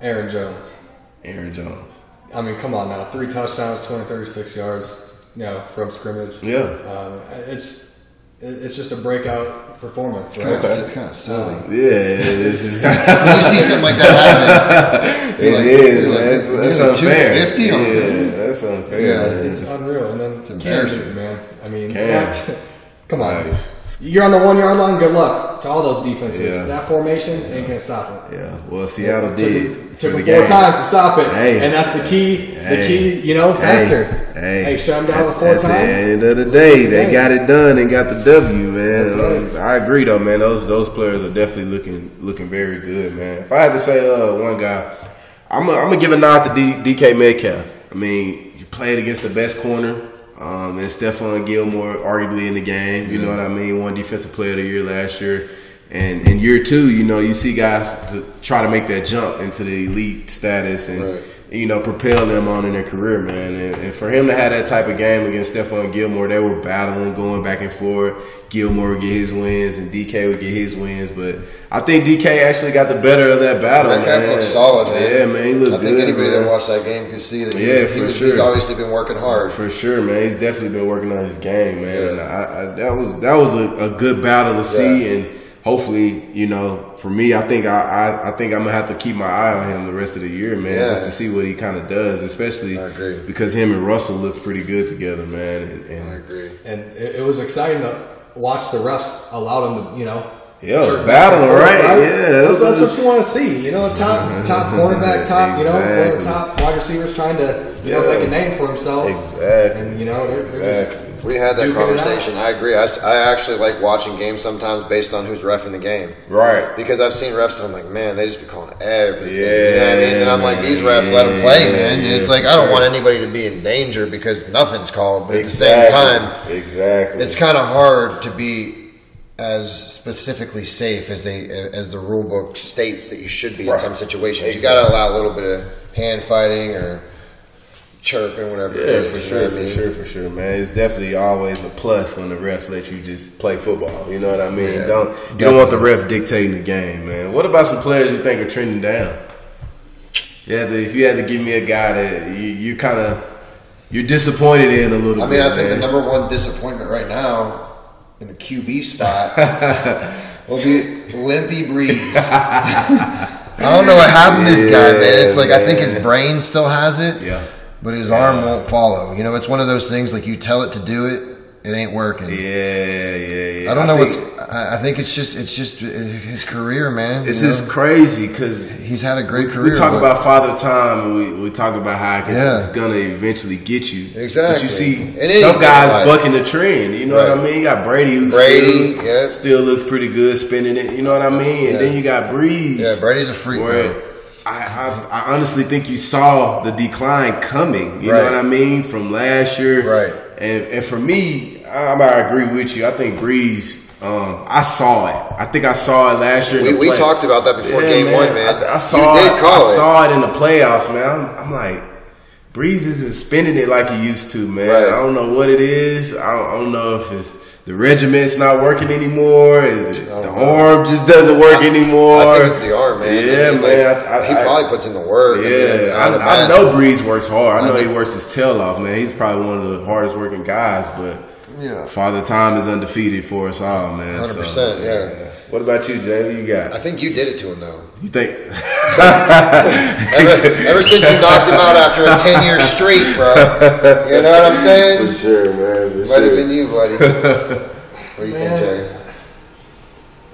Speaker 3: Aaron Jones.
Speaker 1: Aaron Jones.
Speaker 3: I mean, come on now. Three touchdowns, 20, 36 yards, you know, from scrimmage.
Speaker 1: Yeah.
Speaker 3: Um, it's it- it's just a breakout performance,
Speaker 2: Kind
Speaker 3: right?
Speaker 2: of, kind of silly.
Speaker 1: Yeah, it is. it
Speaker 2: when you see something like that happen, you're like-
Speaker 1: is.
Speaker 2: you're like-
Speaker 1: That's,
Speaker 2: you're
Speaker 1: that's
Speaker 2: like
Speaker 1: unfair.
Speaker 2: 250 on
Speaker 1: Yeah, that's unfair.
Speaker 2: Yeah,
Speaker 1: man.
Speaker 3: It's unreal. And then it's
Speaker 2: embarrassing.
Speaker 3: man. I mean,
Speaker 1: Cam.
Speaker 3: what? come on.
Speaker 1: Nice.
Speaker 3: You're on the one yard line. Good luck to all those defenses.
Speaker 1: Yeah.
Speaker 3: That formation ain't gonna stop it.
Speaker 1: yeah. Well, Seattle
Speaker 3: Took
Speaker 1: did
Speaker 3: them-
Speaker 1: for
Speaker 3: Took
Speaker 1: the
Speaker 3: them four
Speaker 1: game.
Speaker 3: times to stop it,
Speaker 1: Hey.
Speaker 3: and that's the key. The
Speaker 1: Hey.
Speaker 3: key, you know, factor.
Speaker 1: Hey,
Speaker 3: shut them down
Speaker 1: At-
Speaker 3: with four
Speaker 1: at the
Speaker 3: times.
Speaker 1: end of the day, they
Speaker 3: Hey.
Speaker 1: got it done and got the W, man.
Speaker 3: That's
Speaker 1: Um,
Speaker 3: right.
Speaker 1: I agree, though, man. Those those players are definitely looking looking very good, man. If I had to say uh, one guy, I'm gonna I'm gonna give a nod to D, DK Metcalf. I mean, you played against the best corner. Um, and Stephon Gilmore arguably in the game, you know what I mean. One defensive player of the year last year, and in year two, you know you see guys to try to make that jump into the elite status, and
Speaker 2: Right.
Speaker 1: you know, propel them on in their career, man. And, and for him to have that type of game against Stephon Gilmore, they were battling, going back and forth. Gilmore would get his wins, and DK would get his wins. But I think DK actually got the better of that battle,
Speaker 2: Metcalf
Speaker 1: man.
Speaker 2: looks solid, man.
Speaker 1: Yeah, man, he looked
Speaker 2: I
Speaker 1: good.
Speaker 2: think anybody
Speaker 1: man.
Speaker 2: that watched that game could see that. he-
Speaker 1: Yeah,
Speaker 2: he
Speaker 1: for
Speaker 2: was-
Speaker 1: sure.
Speaker 2: He's obviously been working hard.
Speaker 1: For sure, man. He's definitely been working on his game, man. And I, I, that was that was a, a good battle to see,
Speaker 2: Yeah.
Speaker 1: and hopefully, you know, for me, I think I, I, I think I'm gonna have to keep my eye on him the rest of the year, man,
Speaker 2: Yeah.
Speaker 1: just to see what he kind of does, especially
Speaker 2: I agree.
Speaker 1: because him and Russell looks pretty good together, man. And,
Speaker 2: I
Speaker 1: and
Speaker 2: agree.
Speaker 3: And it, it was exciting to watch the refs allow them to, you know.
Speaker 1: Yeah, battle,
Speaker 3: jerk back and forth,
Speaker 1: right? Yeah,
Speaker 3: that's,
Speaker 1: that's
Speaker 3: that's what you want to see. You know, top top cornerback, top you know, one of
Speaker 1: Exactly.
Speaker 3: the top wide receivers trying to you know
Speaker 1: Yeah.
Speaker 3: make a name for himself.
Speaker 1: Exactly.
Speaker 3: And you know, they're, they're
Speaker 1: Exactly.
Speaker 2: We had
Speaker 3: Duking
Speaker 2: that
Speaker 3: it out.
Speaker 2: conversation. I agree. I, s- I actually like watching games sometimes based on who's refing the game.
Speaker 1: right,
Speaker 2: Because I've seen refs and I'm like, man, they just be calling everything. you know what I mean? And I'm like, these refs let them play,
Speaker 1: Yeah,
Speaker 2: man. And it's
Speaker 1: yeah,
Speaker 2: like,
Speaker 1: for
Speaker 2: I don't
Speaker 1: sure.
Speaker 2: want anybody to be in danger because nothing's called. But at the
Speaker 1: Exactly.
Speaker 2: same time,
Speaker 1: exactly.
Speaker 2: it's kind of hard to be as specifically safe as they as the rule book states that you should be in
Speaker 1: Right.
Speaker 2: some situations. You got to allow a little bit of hand fighting or chirping whenever. it
Speaker 1: Yeah,
Speaker 2: is,
Speaker 1: for
Speaker 2: you know
Speaker 1: sure,
Speaker 2: what I
Speaker 1: for
Speaker 2: mean?
Speaker 1: sure, for sure, man. It's definitely always a plus when the refs let you just play football. You know what I mean?
Speaker 2: Yeah,
Speaker 1: don't you don't want the ref dictating the game, man. What about some players you think are trending down? Yeah, if you had to give me a guy that you, you kind of you're disappointed in a little.
Speaker 2: I mean,
Speaker 1: bit,
Speaker 2: I think the
Speaker 1: man.
Speaker 2: number one disappointment right now in the QB spot will be Limpy Breeze. I don't know what happened to this guy, man. It's like I think his brain still has it,
Speaker 1: Yeah.
Speaker 2: but his arm won't follow. You know, it's one of those things like you tell it to do it, it ain't working.
Speaker 1: Yeah, yeah, yeah.
Speaker 2: I don't know
Speaker 1: think
Speaker 2: what's. I I think it's just it's just uh, his career, man.
Speaker 1: It's
Speaker 2: you
Speaker 1: just
Speaker 2: know?
Speaker 1: crazy because
Speaker 2: he's had a great career.
Speaker 1: we talk
Speaker 2: but-
Speaker 1: about father time and we, we talk about how it's,
Speaker 2: Yeah.
Speaker 1: it's gonna eventually get you. But
Speaker 2: Exactly.
Speaker 1: you see
Speaker 2: In
Speaker 1: some
Speaker 2: anything
Speaker 1: guys
Speaker 2: in life.
Speaker 1: bucking the trend. You know what I
Speaker 2: Right.
Speaker 1: mean? You got Brady who
Speaker 2: Brady,
Speaker 1: still,
Speaker 2: yeah.
Speaker 1: still looks pretty good spinning it. You know what I mean? And
Speaker 2: Yeah.
Speaker 1: then you got Breeze.
Speaker 2: Yeah, Brady's a freak,
Speaker 1: where
Speaker 2: man.
Speaker 1: I, I, I honestly think you saw the decline coming. You
Speaker 2: Right.
Speaker 1: know what I mean? From last year,
Speaker 2: Right.
Speaker 1: And and for me, I, I agree with you. I think Breeze. Um, I saw it. I think I saw it last year. in
Speaker 2: We-
Speaker 1: the
Speaker 2: we
Speaker 1: play.
Speaker 2: talked about that before game one, man.
Speaker 1: I, I
Speaker 2: You
Speaker 1: saw
Speaker 2: did
Speaker 1: it.
Speaker 2: call
Speaker 1: I
Speaker 2: it.
Speaker 1: saw it in the playoffs, man. I'm, I'm like, Breeze isn't spinning it like he used to, man.
Speaker 2: Right.
Speaker 1: I don't know what it is. I don't, I don't know if it's the regiment's not working anymore. Is it, the
Speaker 2: don't know.
Speaker 1: arm just doesn't work anymore.
Speaker 2: I think it's the arm, man.
Speaker 1: Yeah,
Speaker 2: I mean, like,
Speaker 1: man. I, I,
Speaker 2: he probably puts in the work.
Speaker 1: I,
Speaker 2: I mean,
Speaker 1: yeah, I,
Speaker 2: would
Speaker 1: I,
Speaker 2: imagine.
Speaker 1: know Breeze works hard. I know
Speaker 2: I
Speaker 1: he works his tail off, man. He's probably one of the hardest working guys, but
Speaker 2: Yeah.
Speaker 1: Father Time is undefeated for us all, man.
Speaker 2: 100%, yeah.
Speaker 1: What about you, Jay? Who you
Speaker 2: I
Speaker 1: got?
Speaker 2: think you did it to him though.
Speaker 1: You think?
Speaker 2: Ever, ever since you knocked him out after a ten year streak, bro. You know what I'm saying?
Speaker 1: sure, man.
Speaker 2: Might have been you, buddy. What do you think, Jerry?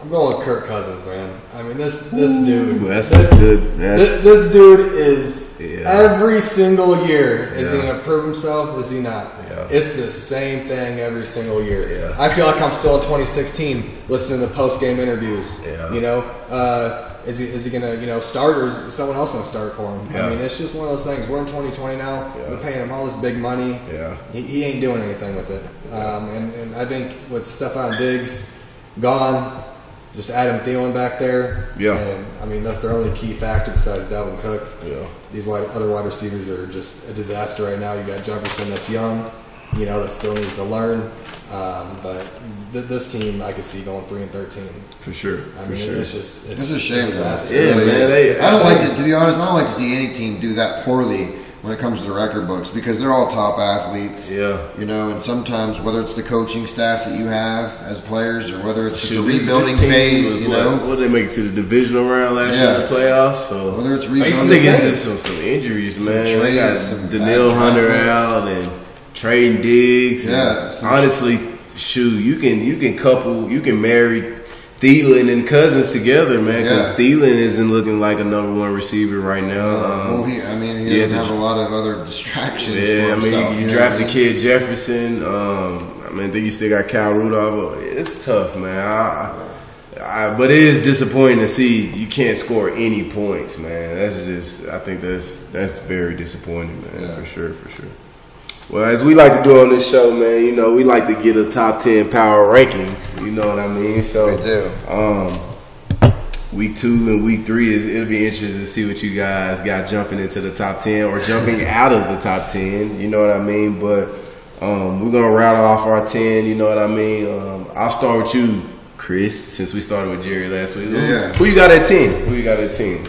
Speaker 3: I'm going with Kirk Cousins, man. I mean this this dude.
Speaker 1: That's, that's good. That's,
Speaker 3: This, this dude is
Speaker 1: Yeah.
Speaker 3: every single year. Is he
Speaker 1: Yeah.
Speaker 3: going to prove himself? Is he not?
Speaker 1: Yeah.
Speaker 3: It's the same thing every single year.
Speaker 1: Yeah.
Speaker 3: I feel like I'm still in 2016 listening to post game interviews.
Speaker 1: Yeah.
Speaker 3: You know, uh, is he is he going to you know start or is someone else going to start for him?
Speaker 1: Yeah.
Speaker 3: I mean, it's just one of those things. We're in 2020 now.
Speaker 1: Yeah.
Speaker 3: We're paying him all this big money.
Speaker 1: Yeah.
Speaker 3: He, he ain't doing anything with it. Um, and, and I think with Stefan Diggs gone, just Adam Thielen back there.
Speaker 1: Yeah.
Speaker 3: And, I mean, that's their only key factor besides Dalvin Cook.
Speaker 1: Yeah.
Speaker 3: These wide, other wide receivers are just a disaster right now. You got Jefferson that's young, you know, that still needs to learn. Um, but th- this team, I could see going 3 and 13.
Speaker 1: for sure.
Speaker 3: I
Speaker 1: for
Speaker 3: mean,
Speaker 1: sure.
Speaker 3: it's just it's
Speaker 2: It's a shame, though.
Speaker 3: disaster.
Speaker 1: Yeah,
Speaker 2: Really
Speaker 1: man,
Speaker 2: is.
Speaker 1: they- it's
Speaker 2: I
Speaker 1: a
Speaker 2: don't like
Speaker 1: shame.
Speaker 2: to, to be honest. I don't like to see any team do that poorly when it comes to the record books because they're all top athletes.
Speaker 1: Yeah.
Speaker 2: You know, and sometimes whether it's the coaching staff that you have as players or whether it's just
Speaker 1: Shoot,
Speaker 2: a
Speaker 1: this
Speaker 2: rebuilding
Speaker 1: team
Speaker 2: phase,
Speaker 1: was
Speaker 2: you
Speaker 1: what-
Speaker 2: know,
Speaker 1: what did they make it to the divisional round last year in the
Speaker 2: Yeah.
Speaker 1: playoffs? So
Speaker 2: Whether it's
Speaker 1: I
Speaker 2: rebuilding-
Speaker 1: think it's just some, some injuries, man. They
Speaker 2: trades,
Speaker 1: got
Speaker 2: some bad
Speaker 1: Daniil
Speaker 2: draft
Speaker 1: Hunter
Speaker 2: picks.
Speaker 1: out and trading digs.
Speaker 2: Yeah,
Speaker 1: and
Speaker 2: some-
Speaker 1: honestly, shoot, you can you can couple, you can marry. Thielen and Cousins together, man, because
Speaker 2: Yeah. Uh,
Speaker 1: Thielen isn't looking like a number one receiver right now. Um,
Speaker 2: well, he, I mean, he
Speaker 1: yeah,
Speaker 2: doesn't
Speaker 1: the-
Speaker 2: have a lot of other distractions.
Speaker 1: Yeah,
Speaker 2: for
Speaker 1: I mean,
Speaker 2: himself,
Speaker 1: you, you
Speaker 2: know
Speaker 1: draft
Speaker 2: what I
Speaker 1: a
Speaker 2: mean?
Speaker 1: kid Jefferson. Um, I mean, I think you still got Cal Rudolph. It's tough, man. I, I, but it is disappointing to see you can't score any points, man. That's just, I think that's that's very disappointing, man.
Speaker 2: Yeah.
Speaker 1: For sure, for sure. Well, as we like to do on this show, man, you know, we like to get a top ten power rankings. You know what I mean? So
Speaker 2: We do.
Speaker 1: Um, week two and week three is it'll be interesting to see what you guys got jumping into the top ten or jumping out of the top ten. You know what I mean? But um, we're gonna rattle off our ten. You know what I mean? Um, I'll start with you, Chris, since we started with Jerry last week. Who-
Speaker 2: Yeah.
Speaker 1: Who you got at ten? Who you got at ten?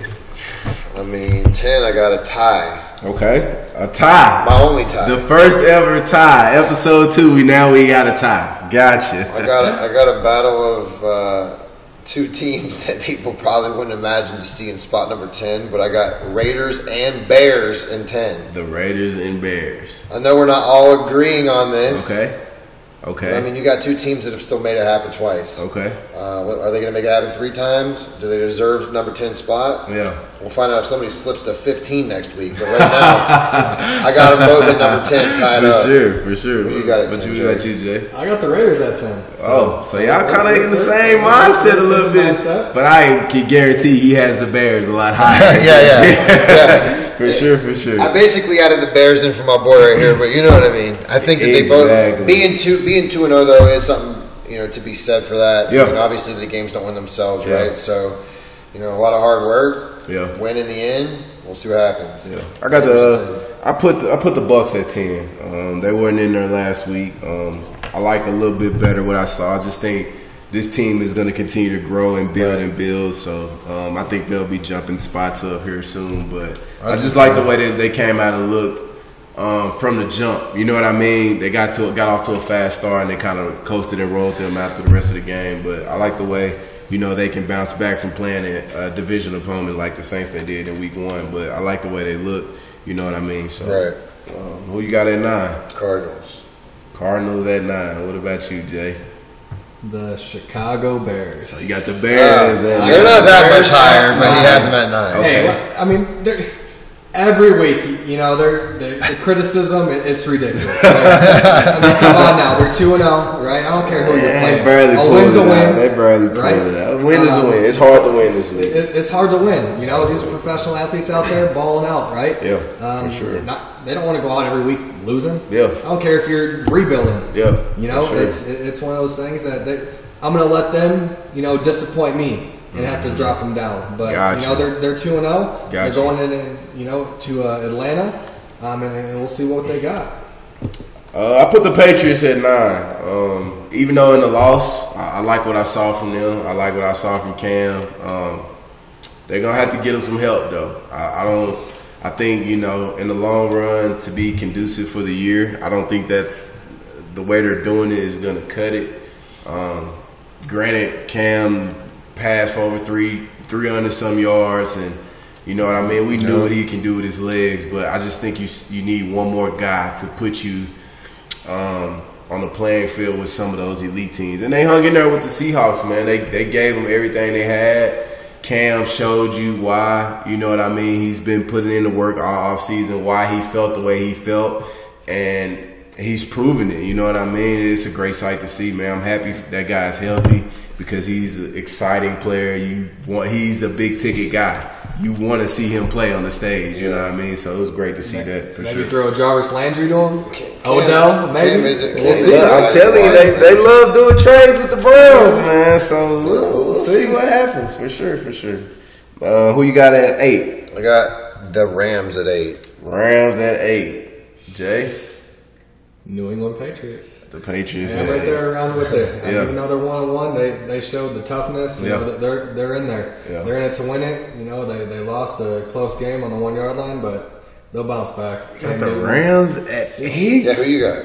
Speaker 2: I mean, ten. I got a tie.
Speaker 1: Okay, a tie.
Speaker 2: My only tie.
Speaker 1: the first ever tie, episode two. We now we got a tie. Gotcha.
Speaker 2: I got a, I got a battle of uh, two teams that people probably wouldn't imagine to see in spot number ten, but I got Raiders and Bears in ten.
Speaker 1: The Raiders and Bears.
Speaker 2: I know we're not all agreeing on this.
Speaker 1: Okay. Okay.
Speaker 2: But, I mean, you got two teams that have still made it happen twice.
Speaker 1: okay.
Speaker 2: Uh, what- are they going to make it happen three times? Do they deserve number ten spot?
Speaker 1: Yeah.
Speaker 2: We'll find out if somebody slips to fifteen next week. But right now, I got them both at number ten tied
Speaker 1: For
Speaker 2: up.
Speaker 1: sure, for sure.
Speaker 2: Who you got at
Speaker 1: But
Speaker 2: 10,
Speaker 1: you got you, Jay.
Speaker 3: I got the Raiders at 10. so-
Speaker 1: Oh, so y'all kind of in the
Speaker 3: We're-
Speaker 1: same
Speaker 3: we're-
Speaker 1: mindset a
Speaker 3: we're
Speaker 1: little
Speaker 3: same
Speaker 1: bit,
Speaker 3: mindset.
Speaker 1: but I can guarantee he has the Bears a lot higher.
Speaker 2: yeah, yeah, yeah.
Speaker 1: for sure, for sure.
Speaker 2: I basically added the Bears in for my boy right here, but you know what I mean. I think that they
Speaker 1: Exactly.
Speaker 2: both being two being two and zero though is something you know to be said for that.
Speaker 1: Yeah.
Speaker 2: I mean, obviously the games don't win themselves,
Speaker 1: Yeah.
Speaker 2: right? So, you know, a lot of hard work.
Speaker 1: Yeah.
Speaker 2: Win in the end. We'll see what happens.
Speaker 1: I got the I put the, I put the Bucks at ten. Um, they weren't in there last week. Um, I like a little bit better what I saw. I just think this team is going to continue to grow and build
Speaker 2: Right.
Speaker 1: and build. So um, I think they'll be jumping spots up here soon. But I,
Speaker 2: I
Speaker 1: just
Speaker 2: just-
Speaker 1: like the way that they came out and looked um, from the jump. You know what I mean? They got to got off to a fast start and they kind of coasted and rolled them after the rest of the game. But I like the way you know they can bounce back from playing a, a division opponent like the Saints they did in Week One. But I like the way they looked. You know what I mean? So
Speaker 2: Right.
Speaker 1: um, who you got at nine?
Speaker 2: Cardinals.
Speaker 1: Cardinals at nine. What about you, Jay?
Speaker 3: The Chicago Bears.
Speaker 1: You got the Bears.
Speaker 2: they're
Speaker 1: at
Speaker 3: I
Speaker 1: nine.
Speaker 3: got
Speaker 2: not
Speaker 3: the
Speaker 2: that
Speaker 3: Bears
Speaker 2: much higher,
Speaker 3: at
Speaker 2: but he
Speaker 3: nine.
Speaker 2: has them at nine.
Speaker 1: Okay.
Speaker 3: Hey, what- I mean, they're, every week, you know, their their- the criticism it- it's ridiculous. right? I mean, come on now, they're two and zero, right? I don't care who you're
Speaker 1: They
Speaker 3: playing.
Speaker 1: barely
Speaker 3: a
Speaker 1: pulled
Speaker 3: win's
Speaker 1: it
Speaker 3: a
Speaker 1: out.
Speaker 3: win.
Speaker 1: They barely pulled
Speaker 3: right?
Speaker 1: it out. A win is a
Speaker 3: Um,
Speaker 1: win. It's hard to win this
Speaker 3: It,
Speaker 1: league.
Speaker 3: it- it's hard to win. You know, these are professional athletes out there balling out, right? Um,
Speaker 1: Yeah, for sure.
Speaker 3: Not, they don't want to go out every week losing.
Speaker 1: Yeah.
Speaker 3: I don't care if you're rebuilding.
Speaker 1: Yeah,
Speaker 3: You know,
Speaker 1: for sure.
Speaker 3: it's it- it's one of those things that they, I'm going to let them, you know, disappoint me and have to drop them down. But
Speaker 1: Mm-hmm. Gotcha.
Speaker 3: you know, they're they're two and zero. They're
Speaker 1: Gotcha.
Speaker 3: going in, and, you know, to uh, Atlanta, um, and, and we'll see what they got.
Speaker 1: Uh, I put the Patriots at nine. Um, even though in the loss, I, I like what I saw from them. I like what I saw from Cam. Um, they're gonna have to get them some help though. I, I don't. I think you know in the long run to be conducive for the year. I don't think that's the way they're doing it is gonna cut it. Um, granted, Cam passed for over three three hundred some yards, and you know what I mean. We knew what he can do with his legs, but I just think you s- you need one more guy to put you um, on the playing field with some of those elite teams. And they hung in there with the Seahawks, man. They they gave them everything they had. Cam showed you why, you know what I mean? He's been putting in the work all offseason, why he felt the way he felt, and he's proven it, you know what I mean? It's a great sight to see, man. I'm happy that guy's healthy because he's an exciting player. You want he's a big ticket guy. You want to see him play on the stage, you know what I mean? So it was great to see that for
Speaker 3: maybe
Speaker 1: sure.
Speaker 3: throw Jarvis Landry to him.
Speaker 2: Cam-
Speaker 3: Odell,
Speaker 2: Cam
Speaker 3: maybe.
Speaker 2: isn't-
Speaker 3: we'll
Speaker 2: Cam
Speaker 3: see.
Speaker 2: isn't-
Speaker 1: I'm telling you, they, they love doing trades with the Browns, man. So we'll, we'll see what happens for sure, for sure. Uh, who you got at eight?
Speaker 2: I got the Rams at eight.
Speaker 1: Rams at eight. Jay,
Speaker 3: New England Patriots.
Speaker 1: the Patriots.
Speaker 3: Yeah,
Speaker 1: at
Speaker 3: right
Speaker 1: eight.
Speaker 3: there around with it.
Speaker 1: Yeah.
Speaker 3: yeah. Even though they're one on one, they they showed the toughness. You
Speaker 1: Yeah.
Speaker 3: know, they're they're in there.
Speaker 1: Yeah.
Speaker 3: They're in it to win it. You know, they they lost a close game on the one yard line, but they'll bounce back.
Speaker 1: Got
Speaker 3: Cam
Speaker 1: the
Speaker 3: Newton.
Speaker 1: Rams at eight.
Speaker 2: Yeah, who you got?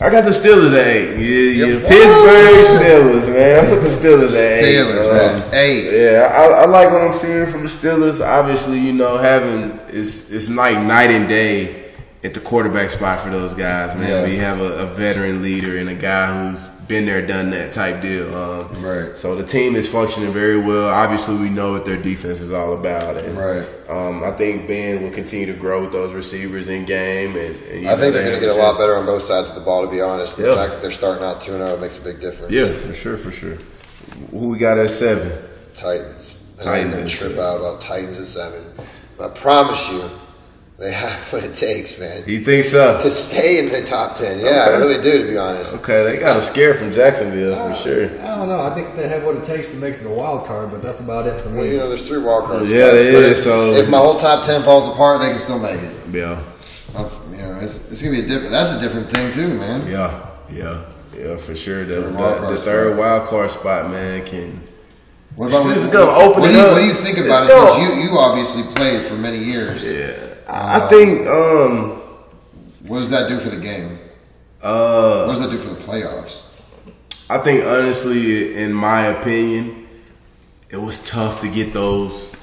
Speaker 1: I got the Steelers at eight. Yeah, yeah.
Speaker 2: Yep.
Speaker 1: Pittsburgh Steelers, man. I put the Steelers at eight.
Speaker 2: Steelers
Speaker 1: Um,
Speaker 2: at eight.
Speaker 1: Yeah, I, I like what I'm seeing from the Steelers. Obviously, you know, having it's it's like night and day at the quarterback spot for those guys, man.
Speaker 2: Yeah.
Speaker 1: When you have a, a veteran leader and a guy who's been there, done that type deal. Um,
Speaker 2: Right.
Speaker 1: So the team is functioning very well. Obviously, we know what their defense is all about, and
Speaker 2: Right.
Speaker 1: um, I think Ben will continue to grow with those receivers in game, and, and you
Speaker 2: I
Speaker 1: know,
Speaker 2: think
Speaker 1: they
Speaker 2: they're going
Speaker 1: have
Speaker 2: to get a
Speaker 1: chance-
Speaker 2: lot better on both sides of the ball. To be honest, the
Speaker 1: Yeah.
Speaker 2: fact that they're starting out two and zero makes a big difference.
Speaker 1: Yeah, for sure, for sure. Who we got at seven?
Speaker 2: Titans. And I'm going
Speaker 1: Titans,
Speaker 2: to trip
Speaker 1: yeah.
Speaker 2: out about Titans at seven, but I promise you, they have what it takes, man,
Speaker 1: You think so?
Speaker 2: to stay in the top ten. Yeah, I
Speaker 1: Okay.
Speaker 2: really do. To be honest,
Speaker 1: Okay, they got a scare from Jacksonville
Speaker 2: Ah.
Speaker 1: for sure.
Speaker 3: I don't know. I think they have what it takes to make it a wild card, but that's about it for
Speaker 2: well, you
Speaker 3: me.
Speaker 2: know, there's three wild cards.
Speaker 1: Yeah,
Speaker 2: guys,
Speaker 1: it
Speaker 2: but
Speaker 1: is,
Speaker 2: if-
Speaker 1: so-
Speaker 2: if my whole top ten falls apart, they can still make it.
Speaker 1: Yeah,
Speaker 2: I'm- You know, it's, it's going to be a different. That's a different thing too, man.
Speaker 1: yeah, yeah, yeah, for sure. The,
Speaker 2: Third
Speaker 1: the-
Speaker 2: wild card
Speaker 1: the third
Speaker 2: spot.
Speaker 1: wild card spot, man, can
Speaker 2: What
Speaker 1: This
Speaker 2: what-
Speaker 1: is gonna open
Speaker 2: what
Speaker 1: it
Speaker 2: do you,
Speaker 1: up.
Speaker 2: What do you think
Speaker 1: It's
Speaker 2: about it?
Speaker 1: gonna-
Speaker 2: Since you you obviously played for many years,
Speaker 1: yeah. I,
Speaker 2: Uh,
Speaker 1: I think um
Speaker 2: what does that do for the game?
Speaker 1: uh
Speaker 2: What does that do for the playoffs?
Speaker 1: I think honestly, in my opinion, it was tough to get those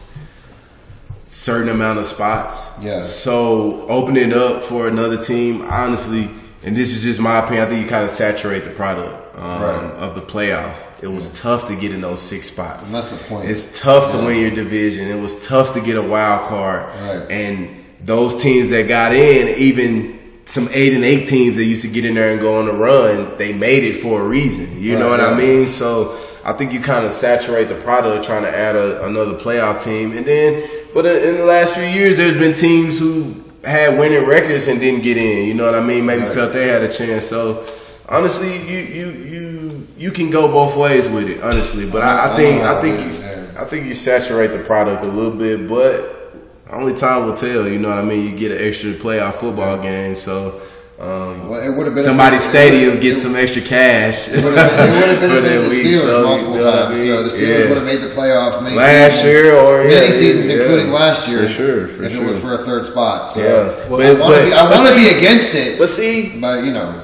Speaker 1: certain amount of spots.
Speaker 2: Yeah.
Speaker 1: So opening it up for another team, honestly, and this is just my opinion. I think you kind of saturate the product um,
Speaker 2: Right.
Speaker 1: of the playoffs. It was tough to get in those six spots.
Speaker 2: And that's the point.
Speaker 1: It's tough to win your division. It was tough to get a wild card,
Speaker 2: Right.
Speaker 1: and those teams that got in, even some eight and eight teams that used to get in there and go on a run, they made it for a reason. You know what
Speaker 2: Right,
Speaker 1: I
Speaker 2: yeah.
Speaker 1: mean? mean? So I think you kind of saturate the product trying to add a, another playoff team. And then, but in, in the last few years, there's been teams who had winning records and didn't get in. You know what I mean? Maybe
Speaker 2: Right.
Speaker 1: felt they had a chance. So honestly, you you you you can go both ways with it. Honestly, but I, I
Speaker 2: I'm
Speaker 1: think
Speaker 2: not
Speaker 1: I think
Speaker 2: with
Speaker 1: you
Speaker 2: it, Oh, man.
Speaker 1: I think you saturate the product a little bit, but. only time will tell. You know what I mean? You get an extra playoff football game, so. Um,
Speaker 2: Well, it would have been
Speaker 1: somebody's
Speaker 2: it
Speaker 1: stadium
Speaker 2: would've-
Speaker 1: gets some extra cash.
Speaker 2: It would have
Speaker 1: for that
Speaker 2: benefited the
Speaker 1: week,
Speaker 2: Steelers
Speaker 1: so, you
Speaker 2: multiple
Speaker 1: know what I
Speaker 2: times.
Speaker 1: mean?
Speaker 2: So the Steelers
Speaker 1: Yeah.
Speaker 2: would have made the playoffs many
Speaker 1: last
Speaker 2: seasons,
Speaker 1: year or yeah,
Speaker 2: many seasons,
Speaker 1: yeah.
Speaker 2: including last year,
Speaker 1: For sure, for
Speaker 2: if
Speaker 1: sure.
Speaker 2: it was for a third spot. So
Speaker 1: yeah,
Speaker 3: Well,
Speaker 2: I want to be, I
Speaker 1: but
Speaker 2: wanna be
Speaker 1: see-
Speaker 2: against it,
Speaker 1: But see,
Speaker 2: but you know,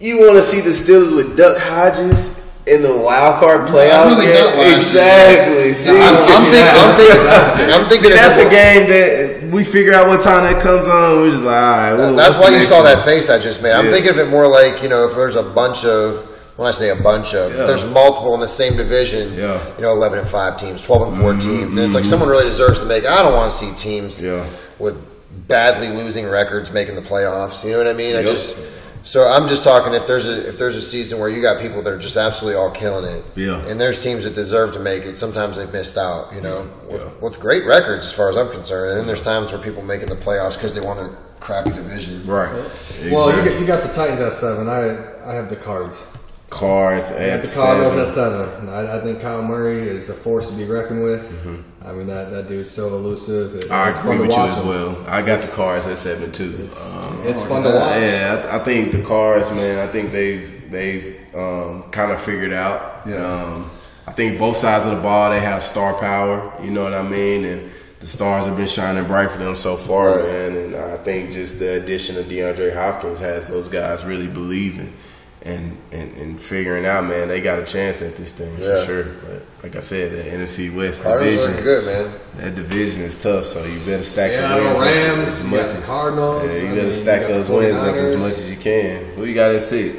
Speaker 1: you want to see the Steelers with Duck Hodges in the wild card
Speaker 2: I'm
Speaker 1: playoff
Speaker 2: really
Speaker 1: game?
Speaker 2: not last
Speaker 1: exactly. See,
Speaker 2: I'm, I'm,
Speaker 1: See,
Speaker 2: think, I'm thinking, I'm thinking, if
Speaker 1: that's
Speaker 2: it
Speaker 1: a
Speaker 2: were-
Speaker 1: game that we figure out what time that comes on. We're just like, all right, well,
Speaker 2: That's
Speaker 1: what's
Speaker 2: why
Speaker 1: the
Speaker 2: you
Speaker 1: next
Speaker 2: saw
Speaker 1: one?
Speaker 2: that face I just made. I'm
Speaker 1: Yeah.
Speaker 2: thinking of it more like you know if there's a bunch of when I say a bunch of
Speaker 1: Yeah.
Speaker 2: if there's multiple in the same division.
Speaker 1: Yeah. Mm-hmm,
Speaker 2: You know, eleven and five teams, twelve and 4 teams, and it's like someone really deserves to make. I don't want to see teams
Speaker 1: Yeah.
Speaker 2: with badly losing records making the playoffs. You know what I mean? I
Speaker 1: Yep.
Speaker 2: just so I'm just talking if there's a if there's a season where you got people that are just absolutely all killing it.
Speaker 1: Yeah.
Speaker 2: And there's teams that deserve to make it. Sometimes they've missed out. You know, with, with great records as far as I'm concerned. And then there's times where people making the playoffs because they want a crappy division.
Speaker 1: Right.
Speaker 3: Well, you
Speaker 1: Exactly.
Speaker 3: got, you got the Titans at seven. I I have the Cards.
Speaker 1: cards
Speaker 3: I
Speaker 1: at
Speaker 3: got the Cardinals
Speaker 1: seven.
Speaker 3: at seven. I, I think Kyle Murray is a force to be reckoned with. I mean that, that dude's so elusive. It-
Speaker 1: Mm-hmm. I
Speaker 3: it's fun
Speaker 1: agree
Speaker 3: to
Speaker 1: with you
Speaker 3: watch
Speaker 1: as
Speaker 3: him.
Speaker 1: well. I got the cards at seven too.
Speaker 3: It's,
Speaker 1: Um,
Speaker 3: it's fun to watch.
Speaker 1: Yeah, I, I think the Cards, man. I think they've they've um, kind of figured out.
Speaker 2: Yeah.
Speaker 1: Um, I think both sides of the ball they have star power. You know what I mean? And the stars have been shining bright for them so far,
Speaker 2: Right.
Speaker 1: man. And I think just the addition of DeAndre Hopkins has those guys really believing and and, and figuring out, man. They got a chance at this thing
Speaker 2: Yeah.
Speaker 1: for sure. But like I said, the NFC West
Speaker 2: Cardinals
Speaker 1: division.
Speaker 2: are good, man.
Speaker 1: That division is tough, so you better stack the
Speaker 3: Seattle
Speaker 1: wins up
Speaker 3: Rams,
Speaker 1: as
Speaker 3: you
Speaker 1: much
Speaker 3: got
Speaker 1: as
Speaker 3: the Cardinals.
Speaker 1: yeah, you
Speaker 3: I
Speaker 1: gotta
Speaker 3: mean,
Speaker 1: stack
Speaker 3: got the
Speaker 1: those wins up as
Speaker 3: 49ers.
Speaker 1: much as you can. Who you got at six?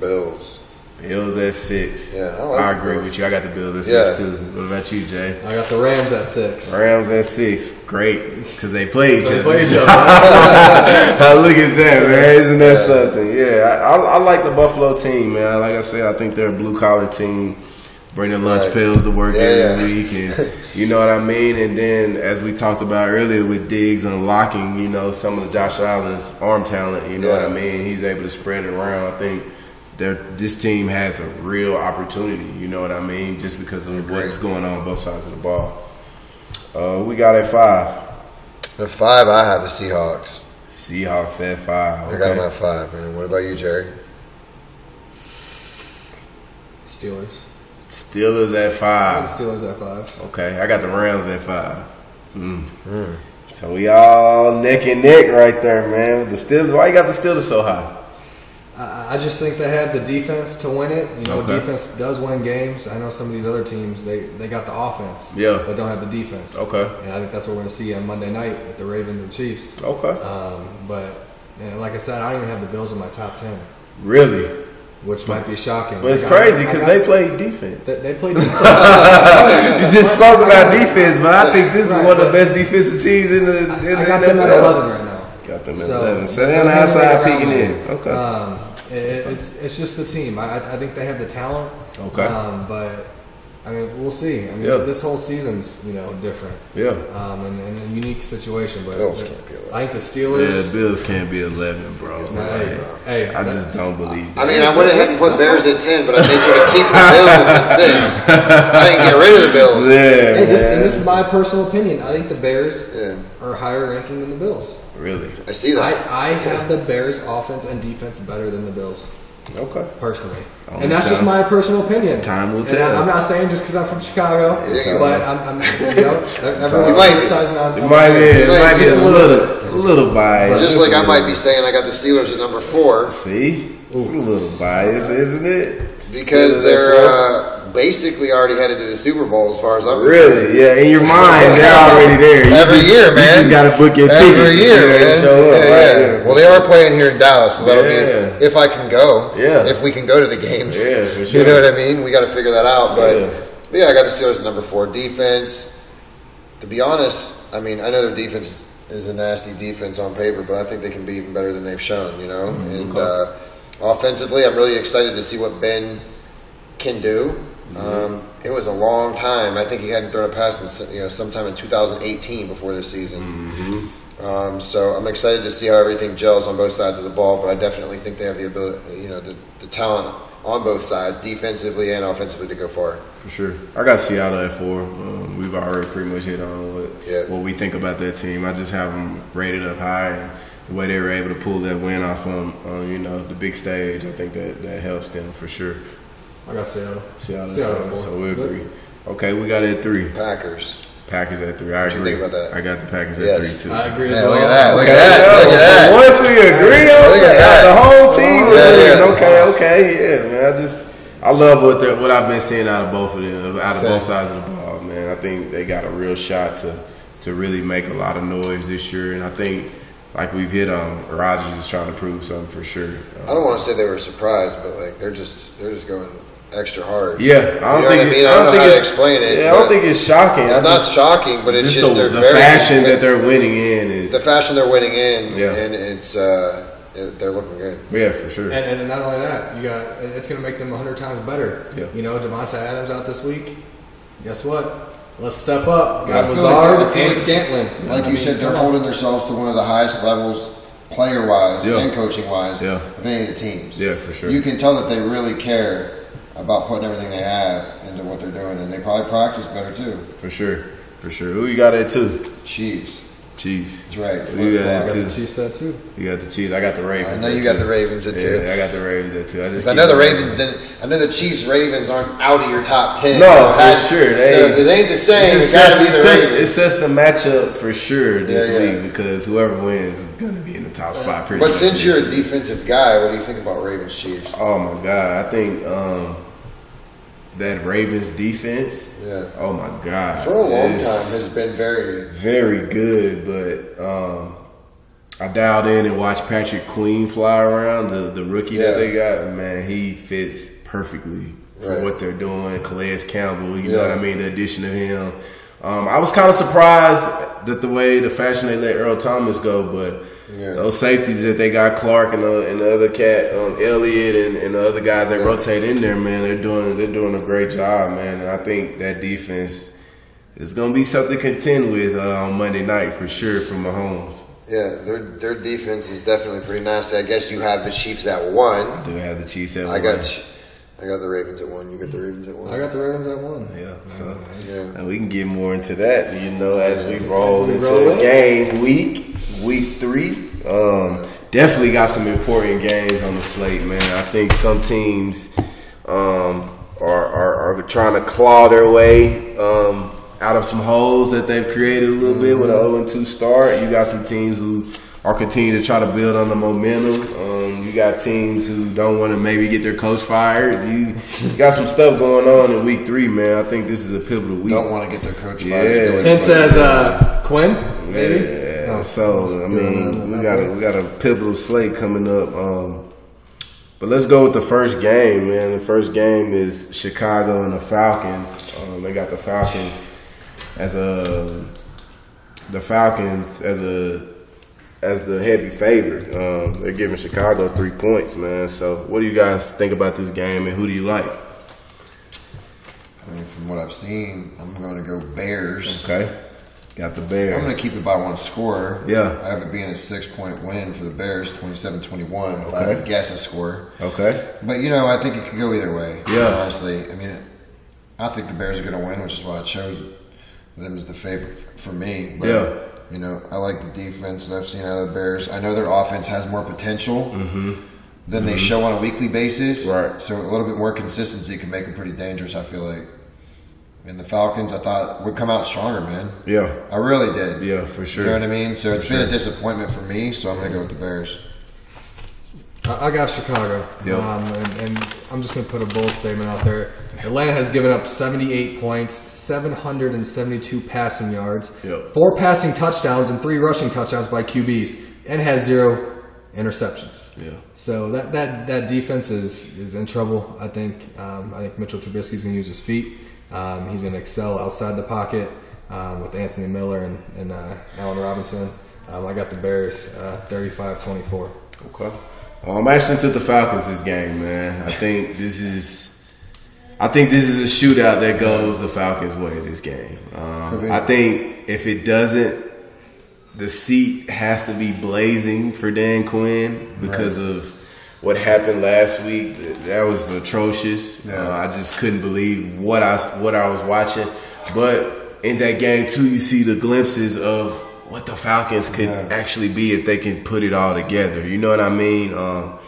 Speaker 2: Bills.
Speaker 1: Bills at six.
Speaker 2: Yeah, I
Speaker 1: I,
Speaker 2: like the
Speaker 1: agree
Speaker 2: Bills.
Speaker 1: with you. I got the Bills at
Speaker 2: Yeah.
Speaker 1: six too. What about you, Jay?
Speaker 3: I got the Rams at six.
Speaker 1: Rams at six. Great, because they play each
Speaker 3: They
Speaker 1: other.
Speaker 3: play each other.
Speaker 1: Look at that, man! Isn't that something? Yeah, I, I, I like the Buffalo team, man. Like I said, I think they're a blue collar team. Bring the lunch
Speaker 2: Right.
Speaker 1: pills to work
Speaker 2: Yeah,
Speaker 1: every
Speaker 2: yeah.
Speaker 1: week, and you know what I mean. And then, as we talked about earlier, with Diggs unlocking, you know, some of Josh Allen's arm talent. You know what I
Speaker 2: Yeah.
Speaker 1: mean. He's able to spread it around. I think they're- this team has a real opportunity. You know what I mean, just because of what's going on both sides of the ball. Uh, we got at five.
Speaker 2: The five I have the Seahawks.
Speaker 1: Seahawks at five.
Speaker 2: I got them
Speaker 1: Okay.
Speaker 2: at five, man. What about you, Jerry?
Speaker 3: Steelers.
Speaker 1: Steelers at
Speaker 3: I
Speaker 1: five.
Speaker 3: got the Steelers at five.
Speaker 1: Okay, I got the Rams at five. Mm.
Speaker 2: Hmm.
Speaker 1: So we all neck and neck right there, man. The Steelers. Why you got the Steelers so high?
Speaker 3: I, I just think they have the defense to win it. You know,
Speaker 1: Okay.
Speaker 3: defense does win games. I know some of these other teams they, they got the offense,
Speaker 1: Yeah.
Speaker 3: but don't have the defense.
Speaker 1: Okay.
Speaker 3: and I think that's what we're going to see on Monday night with the Ravens and Chiefs.
Speaker 1: Okay.
Speaker 3: Um, but you know, like I said, I don't even have the Bills in my top ten,
Speaker 1: Really?
Speaker 3: which might be shocking.
Speaker 1: But it's
Speaker 3: Like, I-
Speaker 1: crazy
Speaker 3: I
Speaker 1: because
Speaker 3: got-
Speaker 1: they play defense.
Speaker 3: they, they played. defense.
Speaker 1: You just spoke about defense, but I think this is
Speaker 3: Right,
Speaker 1: one of the
Speaker 3: but-
Speaker 1: best defensive teams in the in the
Speaker 3: I got them at
Speaker 1: NFL.
Speaker 3: eleven right now.
Speaker 1: Got them at
Speaker 3: So,
Speaker 1: eleven. So
Speaker 3: but
Speaker 1: they're on the
Speaker 3: they're
Speaker 1: outside
Speaker 3: right around
Speaker 1: peeking in.
Speaker 3: there.
Speaker 1: Okay.
Speaker 3: Um, it, it's it's just the team. I, I I think they have the talent.
Speaker 1: Okay.
Speaker 3: Um, but I mean, we'll see. I mean,
Speaker 1: Yeah.
Speaker 3: this whole season's you know different.
Speaker 1: yeah.
Speaker 3: Um, and, and a unique situation. But
Speaker 2: Bills can't be eleven.
Speaker 3: I think the
Speaker 1: Yeah,
Speaker 3: Steelers.
Speaker 1: Bills can't be eleven, bro.
Speaker 3: hey, hey,
Speaker 1: I just don't believe.
Speaker 2: I mean, I went ahead and put Bears at ten, but I made sure to keep the Bills at six. I didn't get rid of the Bills.
Speaker 1: Yeah,
Speaker 3: hey, this, and
Speaker 1: man.
Speaker 3: this is my personal opinion. I think the Bears
Speaker 2: Yeah.
Speaker 3: are higher ranking than the Bills.
Speaker 1: really.
Speaker 2: I see
Speaker 3: I,
Speaker 2: that.
Speaker 3: I have the Bears offense and defense better than the Bills.
Speaker 1: Okay.
Speaker 3: personally.
Speaker 1: Only
Speaker 3: and that's just
Speaker 1: time-
Speaker 3: my personal opinion.
Speaker 1: time will
Speaker 3: And
Speaker 1: tell.
Speaker 3: I, am not saying just because I'm from Chicago,
Speaker 2: Yeah.
Speaker 3: but I'm, I'm you know,
Speaker 2: You
Speaker 3: everyone's
Speaker 2: might be.
Speaker 3: criticizing on.
Speaker 1: It
Speaker 3: on
Speaker 1: might be, it
Speaker 2: Like,
Speaker 1: might be a
Speaker 2: just a
Speaker 1: little, a little biased.
Speaker 2: Just like I might be saying, I got the Steelers at number four
Speaker 1: See, it's a little biased, isn't it?
Speaker 2: because they're uh, basically already headed to the Super Bowl, as far as I'm
Speaker 1: really, yeah. In your mind, they're already there. You
Speaker 2: Every
Speaker 1: just-
Speaker 2: year,
Speaker 1: you
Speaker 2: man.
Speaker 1: just gotta book your ticket
Speaker 2: Every year,
Speaker 1: You know,
Speaker 2: man.
Speaker 1: Show up,
Speaker 2: Yeah, yeah.
Speaker 1: right?
Speaker 2: Well, they are playing here in Dallas, so that'll be
Speaker 1: Yeah.
Speaker 2: if I can go.
Speaker 1: Yeah.
Speaker 2: If we can go to the games.
Speaker 1: Yeah, for
Speaker 2: You
Speaker 1: sure.
Speaker 2: know what I mean? We got to figure that out. But
Speaker 1: Yeah.
Speaker 2: but yeah, I got the Steelers at number four defense. To be honest, I mean, I know their defense is, is a nasty defense on paper, but I think they can be even better than they've shown. You know,
Speaker 1: Mm-hmm.
Speaker 2: and uh, offensively, I'm really excited to see what Ben can do.
Speaker 1: Mm-hmm.
Speaker 2: Um, it was a long time. I think he hadn't thrown a pass since you know sometime in 2018 before this season.
Speaker 1: Mm-hmm.
Speaker 2: Um, so I'm excited to see how everything gels on both sides of the ball. But I definitely think they have the ability, you know, the, the talent on both sides, defensively and offensively, to go far.
Speaker 1: for sure. I got Seattle at four. Um, we've already pretty much hit on what
Speaker 2: Yeah.
Speaker 1: what we think about that team. I just have them rated up high. And the way they were able to pull that win off on, on you know the big stage, I think that that helps them for sure.
Speaker 3: I got Seattle.
Speaker 1: Seattle,
Speaker 3: Seattle
Speaker 1: Seattle
Speaker 3: four.
Speaker 1: so we
Speaker 3: Good.
Speaker 1: agree. Okay, we got it at three.
Speaker 2: Packers.
Speaker 1: Packers at three. I
Speaker 2: you
Speaker 1: agree.
Speaker 2: think about that?
Speaker 1: I got the Packers
Speaker 2: Yes.
Speaker 1: at three too.
Speaker 3: I agree as
Speaker 2: Yeah,
Speaker 3: well.
Speaker 2: look at that. Look at
Speaker 1: Okay,
Speaker 2: that. Look at
Speaker 1: so Once
Speaker 2: that.
Speaker 1: we agree on
Speaker 2: Look at
Speaker 1: something,
Speaker 2: that.
Speaker 1: the whole team was
Speaker 2: Yeah,
Speaker 1: in.
Speaker 2: yeah.
Speaker 1: Okay, okay, yeah, man. I just I love what they're- what I've been seeing out of both of them, out of
Speaker 2: Same.
Speaker 1: both sides of the ball, man. I think they got a real shot to to really make a lot of noise this year, and I think like we've hit on, Rodgers is trying to prove something for sure. Um,
Speaker 2: I don't want to say they were surprised, but like they're just they're just going extra hard.
Speaker 1: Yeah, I don't
Speaker 2: know what
Speaker 1: think
Speaker 2: I
Speaker 1: it-
Speaker 2: mean? I don't know
Speaker 1: think
Speaker 2: how to
Speaker 1: it's-
Speaker 2: explain it,
Speaker 1: Yeah, I don't
Speaker 2: but
Speaker 1: think it's shocking.
Speaker 2: It's
Speaker 1: I
Speaker 2: not
Speaker 1: just-
Speaker 2: shocking, but it's
Speaker 1: just,
Speaker 2: just,
Speaker 1: the,
Speaker 2: they're
Speaker 1: the
Speaker 2: very
Speaker 1: fashion that
Speaker 2: competitive.
Speaker 1: they're winning in is
Speaker 2: the fashion they're winning in,
Speaker 1: Yeah.
Speaker 2: and it's uh, it, they're looking good.
Speaker 1: yeah for sure.
Speaker 3: And, and not only that, you got it's going to make them 100 times better.
Speaker 1: Yeah.
Speaker 3: You know, Devonta Adams out this week. Guess what? Let's step up.
Speaker 2: Yeah, I
Speaker 3: Got
Speaker 2: feel like-
Speaker 3: Lazard
Speaker 2: I feel
Speaker 3: and
Speaker 2: like-
Speaker 3: Scantling.
Speaker 2: Like
Speaker 3: I
Speaker 2: you
Speaker 3: mean,
Speaker 2: said, they're
Speaker 3: come on.
Speaker 2: holding themselves to one of the highest levels, player wise
Speaker 1: Yeah.
Speaker 2: and coaching wise,
Speaker 1: Yeah.
Speaker 2: of any of the teams.
Speaker 1: Yeah, for sure.
Speaker 2: You can tell that they really care about putting everything they have into what they're doing, and they probably practice better too.
Speaker 1: For sure, for sure. Who you got at two?
Speaker 2: Chiefs.
Speaker 1: Cheese.
Speaker 2: That's right.
Speaker 1: Who you got
Speaker 2: Flip-flop.
Speaker 1: at
Speaker 3: Got
Speaker 1: two?
Speaker 3: the Chiefs that too.
Speaker 1: You got the Chiefs. I got the Ravens.
Speaker 2: I know
Speaker 1: at
Speaker 2: you got
Speaker 1: two.
Speaker 2: the Ravens at two.
Speaker 1: Yeah, I got the Ravens at two. I just
Speaker 2: I
Speaker 1: keep
Speaker 2: know the
Speaker 1: going.
Speaker 2: Ravens didn't. I know the Chiefs. Ravens aren't out of your top ten.
Speaker 1: No,
Speaker 2: so
Speaker 1: for
Speaker 2: that-
Speaker 1: sure. They-
Speaker 2: so if it ain't the
Speaker 1: It
Speaker 2: same. It
Speaker 1: just
Speaker 2: gotta be
Speaker 1: sets, it, sets,
Speaker 2: the
Speaker 1: it
Speaker 2: Ravens.
Speaker 1: sets the matchup for sure this
Speaker 2: Yeah, yeah.
Speaker 1: week because whoever wins is gonna be in the top five. Pretty
Speaker 2: But
Speaker 1: much
Speaker 2: since
Speaker 1: this
Speaker 2: you're a
Speaker 1: year.
Speaker 2: defensive guy, what do you think about Ravens Chiefs?
Speaker 1: oh my god, I think um, that Ravens defense.
Speaker 2: Yeah.
Speaker 1: Oh my god,
Speaker 2: For a long time,
Speaker 1: it's-
Speaker 2: has been very
Speaker 1: very good, but um, I dialed in and watched Patrick Queen fly around the the rookie
Speaker 2: Yeah.
Speaker 1: that they got. and Man, he fits perfectly for
Speaker 2: Right.
Speaker 1: what they're doing. Calais Campbell, you know
Speaker 2: Yeah.
Speaker 1: what I mean. The addition of him, um, I was kind of surprised that the way the fashion they let Earl Thomas go, but.
Speaker 2: Yeah.
Speaker 1: Those safeties that they got Clark and the, and the other cat, um, Elliott and, and the other guys that rotate in there, man, they're doing they're doing a great job, man. And I think that defense it's gonna be something to contend with uh, on Monday night for sure for Mahomes.
Speaker 2: yeah. Their their defense is definitely pretty nasty. I guess you have the Chiefs at one.
Speaker 1: I do have the Chiefs at
Speaker 2: I
Speaker 1: one.
Speaker 2: got Ch- I got the Ravens at one. You got the Ravens at one.
Speaker 3: I got the Ravens at one.
Speaker 1: Yeah, so
Speaker 2: Yeah.
Speaker 1: and we can get more into that, you know, as we roll
Speaker 3: As we
Speaker 1: into
Speaker 3: roll in.
Speaker 1: game week, week three. Um, definitely got some important games on the slate, man. I think some teams um, are, are are trying to claw their way um, out of some holes that they've created a little bit with an 0 and 2 start. You got some teams who are continuing to try to build on the momentum. Um, you got teams who don't want to maybe get their coach fired. You, you got some stuff going on in week three, man. I think this is a pivotal week.
Speaker 2: Don't want to get their coach fired.
Speaker 1: Yeah.
Speaker 2: It's good.
Speaker 3: Hence as uh, Quinn, maybe.
Speaker 1: Yeah.
Speaker 3: Oh,
Speaker 1: so I mean, we got a, we got a pivotal slate coming up. Um, but let's go with the first game, man. The first game is Chicago and the Falcons. Um, they got the Falcons as a the Falcons as a as the heavy favorite. Um, they're giving Chicago three points, man. So what do you guys think about this game and who do you like?
Speaker 2: I mean, from what I've seen, I'm going to go Bears.
Speaker 1: Okay, got the Bears.
Speaker 2: I'm going to keep it by one score.
Speaker 1: Yeah.
Speaker 2: I have it being a six point win for the Bears, 27 21. If I had to
Speaker 1: Okay.
Speaker 2: guess a score.
Speaker 1: okay,
Speaker 2: But, you know, I think it could go either way.
Speaker 1: Yeah.
Speaker 2: Honestly, I mean, I think the Bears are going to win, which is why I chose them as the favorite f- for me. But,
Speaker 1: Yeah.
Speaker 2: You know, I like the defense that I've seen out of the Bears. I know their offense has more potential than they show on a weekly basis.
Speaker 1: Mm-hmm. Right.
Speaker 2: So a little bit more consistency can make them pretty dangerous, I feel like. And the Falcons, I thought, would come out stronger, man.
Speaker 1: yeah,
Speaker 2: I really did.
Speaker 1: yeah, for sure.
Speaker 2: You know what I mean? So it's been a disappointment for me, so I'm going to go with the Bears.
Speaker 3: I I got Chicago.
Speaker 1: Yep.
Speaker 3: Um, and, and I'm just going to put a bold statement out there. Atlanta has given up 78 points, 772 passing yards,
Speaker 1: Yep.
Speaker 3: four passing touchdowns, and three rushing touchdowns by QBs, and has zero interceptions.
Speaker 1: Yeah.
Speaker 3: So that, that, that defense is, is in trouble, I think. Um, I think Mitchell Trubisky's going to use his feet. Um, he's going to excel outside the pocket um, with Anthony Miller and, and uh, Allen Robinson. Um, I got the Bears uh, 35 24.
Speaker 1: Okay. Well, I'm actually took the Falcons this game, man. I think this is. I think this is a shootout that goes the Falcons' way this game. Um, I think if it doesn't, the seat has to be blazing for Dan Quinn because of what happened last week. That was atrocious.
Speaker 2: Yeah.
Speaker 1: Uh, I just couldn't believe what I what I was watching. But in that game too, you see the glimpses of what the Falcons could
Speaker 2: Yeah.
Speaker 1: actually be if they can put it all together. You know what I mean? Um,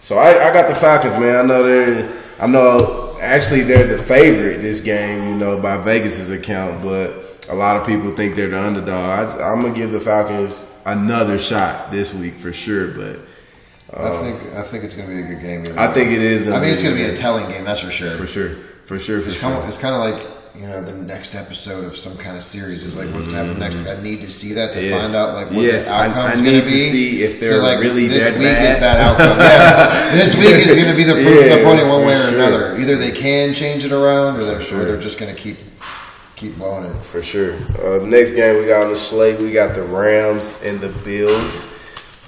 Speaker 1: so I, I got the Falcons, man. I know they're, I know actually they're the favorite this game, you know, by Vegas's account, but a lot of people think they're the underdog. I, I'm gonna give the Falcons another shot this week for sure, but
Speaker 2: I think I think it's going to be a good game. either
Speaker 1: Oh. I
Speaker 2: way.
Speaker 1: think it is gonna
Speaker 2: I mean, it's
Speaker 1: be a
Speaker 2: going to
Speaker 1: good
Speaker 2: be a
Speaker 1: game.
Speaker 2: telling game. That's for sure.
Speaker 1: for sure, for sure, for
Speaker 2: It's
Speaker 1: sure.
Speaker 2: kind of, it's kind of like you know the next episode of some kind of series is like what's gonna happen next. I need to see that to
Speaker 1: Mm-hmm. Yes.
Speaker 2: find out like what
Speaker 1: Yes,
Speaker 2: the
Speaker 1: I-
Speaker 2: outcome
Speaker 1: I
Speaker 2: is
Speaker 1: need
Speaker 2: gonna
Speaker 1: to
Speaker 2: be.
Speaker 1: see if they're
Speaker 2: so, like,
Speaker 1: really
Speaker 2: this
Speaker 1: that
Speaker 2: week is
Speaker 1: bad.
Speaker 2: that outcome. yeah, this week is gonna be the proof of the
Speaker 1: Yeah,
Speaker 2: pudding one way
Speaker 1: for
Speaker 2: or
Speaker 1: sure.
Speaker 2: another. Either they can change it around, or they're
Speaker 1: sure.
Speaker 2: or they're just gonna keep keep blowing it.
Speaker 1: For sure. Uh, the next game we got on the slate, we got the Rams and the Bills.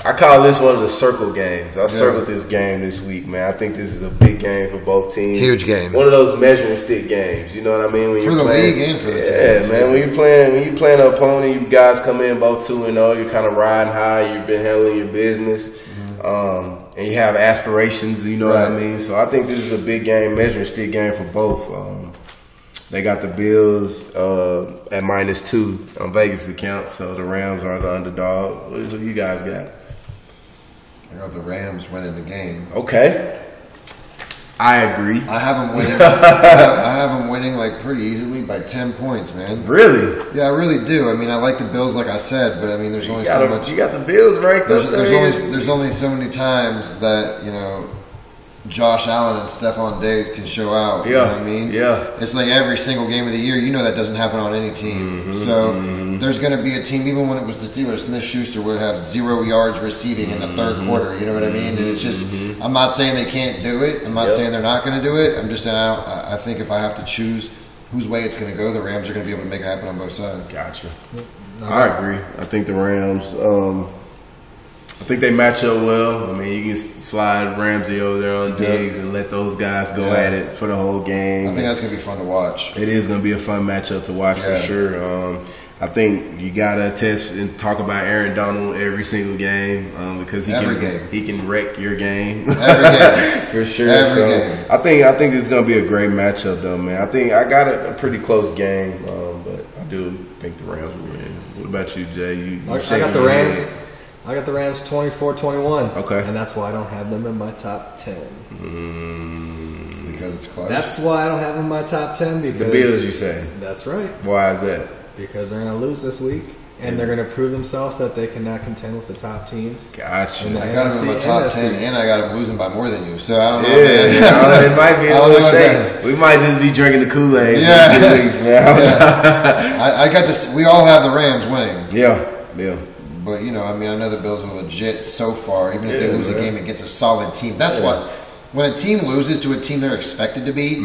Speaker 1: I call this one of the circle games. I circled this game this week, man. I think this is a big game for both teams.
Speaker 2: Huge game.
Speaker 1: One of those measuring stick games. You know what I mean? When
Speaker 2: For
Speaker 1: you're
Speaker 2: the
Speaker 1: playing,
Speaker 2: league and for the
Speaker 1: yeah,
Speaker 2: teams,
Speaker 1: man.
Speaker 2: yeah.
Speaker 1: When you're playing, when you're playing an opponent, you guys come in both two and zero. You're kind of riding high. You've been handling your business, um, and you have aspirations. You know what I
Speaker 2: Mm-hmm. Right.
Speaker 1: mean? So I think this is a big game, measuring stick game for both. Um, they got the Bills uh, at minus two on Vegas account, so the Rams are the underdog. What do you guys got?
Speaker 2: You know, the Rams winning the game.
Speaker 1: Okay, I agree.
Speaker 2: I have them winning. I, have, I have them winning like pretty easily by ten points, man.
Speaker 1: Really,
Speaker 2: Yeah, I really do. I mean, I like the Bills, like I said, but I mean, there's
Speaker 1: you
Speaker 2: only
Speaker 1: got,
Speaker 2: so
Speaker 1: the-
Speaker 2: much.
Speaker 1: you got the Bills ranked
Speaker 2: There's,
Speaker 1: up
Speaker 2: there's
Speaker 1: there.
Speaker 2: only there's only so many times that you know Josh Allen and Stephon Diggs can show out. you know
Speaker 1: Yeah,
Speaker 2: what I mean,
Speaker 1: yeah.
Speaker 2: it's like every single game of the year. You know that doesn't happen on any team.
Speaker 1: Mm-hmm,
Speaker 2: So there's going to be a team, even when it was the Steelers, Smith Schuster would have zero yards receiving in the third
Speaker 1: Mm-hmm.
Speaker 2: quarter. You know what I mean? And it's just I'm not saying they can't do it. I'm not
Speaker 1: Yep.
Speaker 2: saying they're not going to do it. I'm just saying I, don't, I I think if I have to choose whose way it's going to go, the Rams are going to be able to make it happen on both sides.
Speaker 1: Gotcha. I agree. I think the Rams. Um, I think they match up well. I mean, you can s- slide Ramsey over there on
Speaker 2: Yeah.
Speaker 1: digs and let those guys go
Speaker 2: Yeah.
Speaker 1: at it for the whole game.
Speaker 2: I think that's going to be fun to watch.
Speaker 1: It is going to be a fun matchup to watch for
Speaker 2: Yeah.
Speaker 1: sure. Um, I think you got to test and talk about Aaron Donald every single game um, because he
Speaker 2: Every
Speaker 1: can
Speaker 2: game.
Speaker 1: he can wreck your game
Speaker 2: Every game.
Speaker 1: for sure.
Speaker 2: Every
Speaker 1: so
Speaker 2: game.
Speaker 1: I think I think this is going to be a great matchup though, man. I think I got a, a pretty close game, um, but I do think the Rams will win. What about you, Jay? You, you
Speaker 3: I, I
Speaker 1: shaking
Speaker 3: got the
Speaker 1: your head.
Speaker 3: Rams. I got the Rams 24-21.
Speaker 1: Okay.
Speaker 3: And that's why I don't have them in my top 10.
Speaker 2: because it's close.
Speaker 3: That's why I don't have them in my top 10 because
Speaker 1: Mm. The Bills, you say?
Speaker 3: That's right.
Speaker 1: Why is that?
Speaker 3: Because they're going to lose this week and they're going to prove themselves that they cannot contend with the top teams.
Speaker 1: Gotcha.
Speaker 2: I got him in my
Speaker 3: NFC,
Speaker 2: top
Speaker 3: NFC.
Speaker 2: ten, and I got him losing by more than you. So I don't
Speaker 1: Yeah,
Speaker 2: know. man.
Speaker 1: you know, it might be a
Speaker 2: I don't know
Speaker 1: little
Speaker 2: about
Speaker 1: shake. We might just be drinking the Kool Aid
Speaker 2: Yeah.
Speaker 1: for two weeks, man.
Speaker 2: I, I got this. We all have the Rams winning,
Speaker 1: Yeah, yeah.
Speaker 2: but you know, I mean, I know the Bills are legit so far. Even if
Speaker 1: Yeah,
Speaker 2: they lose
Speaker 1: man.
Speaker 2: a game against a solid team, that's what when a team loses to a team they're expected to be.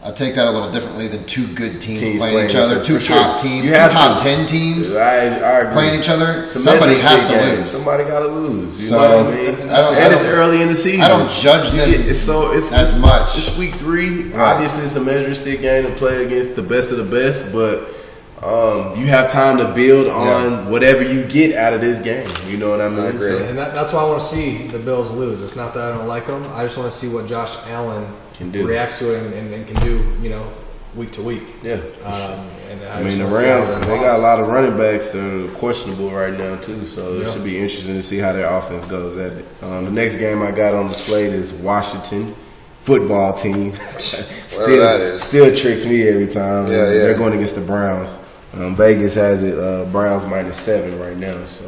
Speaker 2: I take that a little differently than two good
Speaker 1: Mm-hmm.
Speaker 2: teams,
Speaker 1: Teams
Speaker 2: playing,
Speaker 1: playing
Speaker 2: each
Speaker 1: each
Speaker 2: other,
Speaker 1: other,
Speaker 2: two
Speaker 1: for sure.
Speaker 2: top teams,
Speaker 1: You
Speaker 2: two
Speaker 1: have
Speaker 2: top
Speaker 1: to.
Speaker 2: ten teams
Speaker 1: I, I agree.
Speaker 2: playing each other.
Speaker 1: It's a
Speaker 2: Somebody
Speaker 1: measuring
Speaker 2: has to
Speaker 1: stick game.
Speaker 2: lose.
Speaker 1: Somebody got to lose. You
Speaker 2: So,
Speaker 1: know what I mean?
Speaker 2: I don't-
Speaker 1: and
Speaker 2: I
Speaker 1: it's
Speaker 2: don't-
Speaker 1: early in the season.
Speaker 2: I don't judge
Speaker 1: You
Speaker 2: them
Speaker 1: get- it's so it's
Speaker 2: as
Speaker 1: it's-
Speaker 2: much.
Speaker 1: It's week three.
Speaker 2: Right.
Speaker 1: Obviously, it's a measuring stick game to play against the best of the best, but. Um, you have time to build on whatever you get out of this game. You know what I mean?
Speaker 2: agree.
Speaker 1: So,
Speaker 3: And that, that's why I want to see the Bills lose. It's not that I don't like them. I just want to see what Josh Allen
Speaker 1: Can do.
Speaker 3: reacts to it and, and, and can do, you know, week to week.
Speaker 1: yeah.
Speaker 3: Um, and I,
Speaker 1: I
Speaker 3: just
Speaker 1: mean, the
Speaker 3: wanna see how
Speaker 1: Rams,
Speaker 3: that
Speaker 1: they
Speaker 3: loss-
Speaker 1: got a lot of running backs that are questionable right now, too. So it
Speaker 3: Yeah.
Speaker 1: should be interesting to see how their offense goes at it. Um, the next game I got on the slate is Washington football team. still,
Speaker 2: that is.
Speaker 1: still tricks me every time.
Speaker 2: Yeah, yeah.
Speaker 1: They're going against the Browns. Um, Vegas has it uh, Browns minus seven right now. So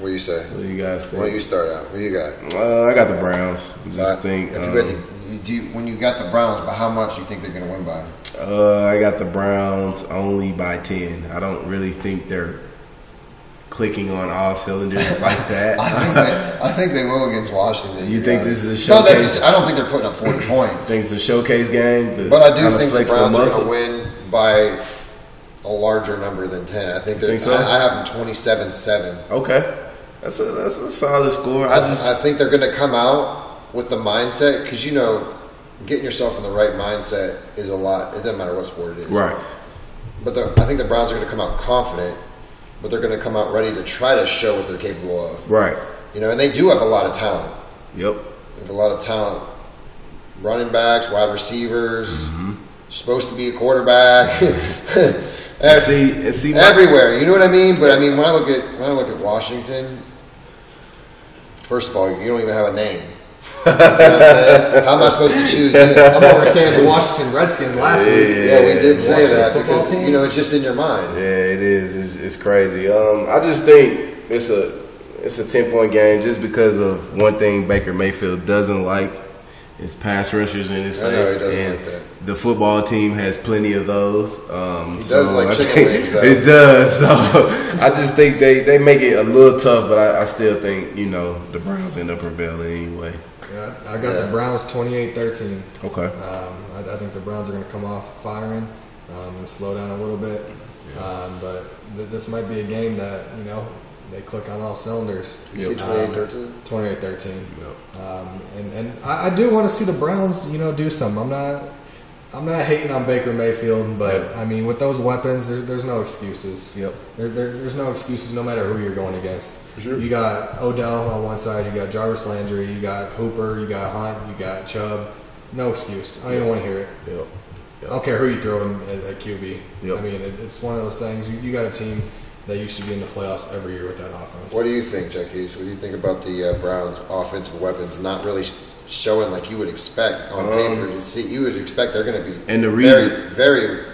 Speaker 2: What do you say?
Speaker 1: what do you guys
Speaker 2: Why don't
Speaker 1: think?
Speaker 2: you start out? What do you got?
Speaker 1: Uh, I got the Browns. I
Speaker 2: Uh,
Speaker 1: Just think.
Speaker 2: if
Speaker 1: um,
Speaker 2: you had to, you, do you, when you got the Browns, by how much you think they're going to win by?
Speaker 1: Uh, I got the Browns only by ten. I don't really think they're clicking on all cylinders like that.
Speaker 2: I think they, I think they will against Washington.
Speaker 1: You
Speaker 2: to be
Speaker 1: think
Speaker 2: honest.
Speaker 1: this is a
Speaker 2: Not
Speaker 1: showcase?
Speaker 2: necessarily- I don't think they're putting up 40
Speaker 1: I
Speaker 2: points,
Speaker 1: think it's a showcase game. To
Speaker 2: but I do
Speaker 1: kinda
Speaker 2: think the
Speaker 1: flex their
Speaker 2: Browns are going
Speaker 1: muscle.
Speaker 2: to win by a larger number than 10. I think, they're-
Speaker 1: think so?
Speaker 2: I, I have them 27-7.
Speaker 1: Okay, that's a that's a solid score. I
Speaker 2: I
Speaker 1: just
Speaker 2: I think they're going to come out with the mindset because you know, getting yourself in the right mindset is a lot. It doesn't matter what sport it is,
Speaker 1: right.
Speaker 2: But the, I think the Browns are going to come out confident, but they're going to come out ready to try to show what they're capable of.
Speaker 1: Right.
Speaker 2: You know, and they do have a lot of talent.
Speaker 1: Yep.
Speaker 2: They have a lot of talent.
Speaker 3: Mm-hmm.
Speaker 2: Running backs, wide receivers, supposed to be a quarterback.
Speaker 1: And see, and see,
Speaker 2: everywhere. You know what I mean? But I mean, when I look at when I look at Washington, first of all, you don't even have a name. You know what I'm saying? How am I supposed to choose? You?
Speaker 3: I'm over saying the Washington Redskins last week.
Speaker 2: Yeah, we did say
Speaker 3: Washington
Speaker 2: that
Speaker 3: football
Speaker 2: because
Speaker 3: team?
Speaker 2: you know it's just in your mind.
Speaker 1: Yeah, it is. It's, it's crazy. Um, I just think it's a it's a ten point game just because of one thing Baker Mayfield doesn't like is pass rushers in his
Speaker 2: I know he
Speaker 1: face,
Speaker 2: doesn't
Speaker 1: and
Speaker 2: like that.
Speaker 1: the football team has plenty of those. Um,
Speaker 2: He does
Speaker 1: so
Speaker 2: like
Speaker 1: I
Speaker 2: chicken
Speaker 1: think-
Speaker 2: wings, though.
Speaker 1: It does. So I just think they they make it a little tough, but I, I still think you know the Browns end up prevailing anyway.
Speaker 3: Yeah, I got
Speaker 2: Yeah.
Speaker 3: the Browns 28-13.
Speaker 1: Okay.
Speaker 3: Um, I, I think the Browns are going to come off firing um, and slow down a little bit. Um, but th- this might be a game that, you know, they click on all cylinders.
Speaker 2: You see
Speaker 3: Um,
Speaker 2: 28-13?
Speaker 3: 28-13. Um, and and I, I do want to see the Browns, you know, do something. I'm not, I'm not hating on Baker Mayfield, but I mean, with those weapons, there's there's no excuses.
Speaker 1: Yep.
Speaker 3: There, there, there's no excuses, no matter who you're going against.
Speaker 1: Sure.
Speaker 3: You got Odell on one side, you got Jarvis Landry, you got Hooper, you got Hunt, you got Chubb. No excuse. I don't even want to hear it.
Speaker 1: Yep.
Speaker 3: I don't care who you throw in at, at QB.
Speaker 1: Yep.
Speaker 3: I mean, it, it's one of those things. You, you got a team that you should be in the playoffs every year with that offense.
Speaker 2: What do you think, Jack Hughes? What do you think about the uh, Browns' offensive weapons not really sh- showing like you would expect on
Speaker 1: Um,
Speaker 2: paper? You see, you would expect they're going to be
Speaker 1: And the reason-
Speaker 2: very, very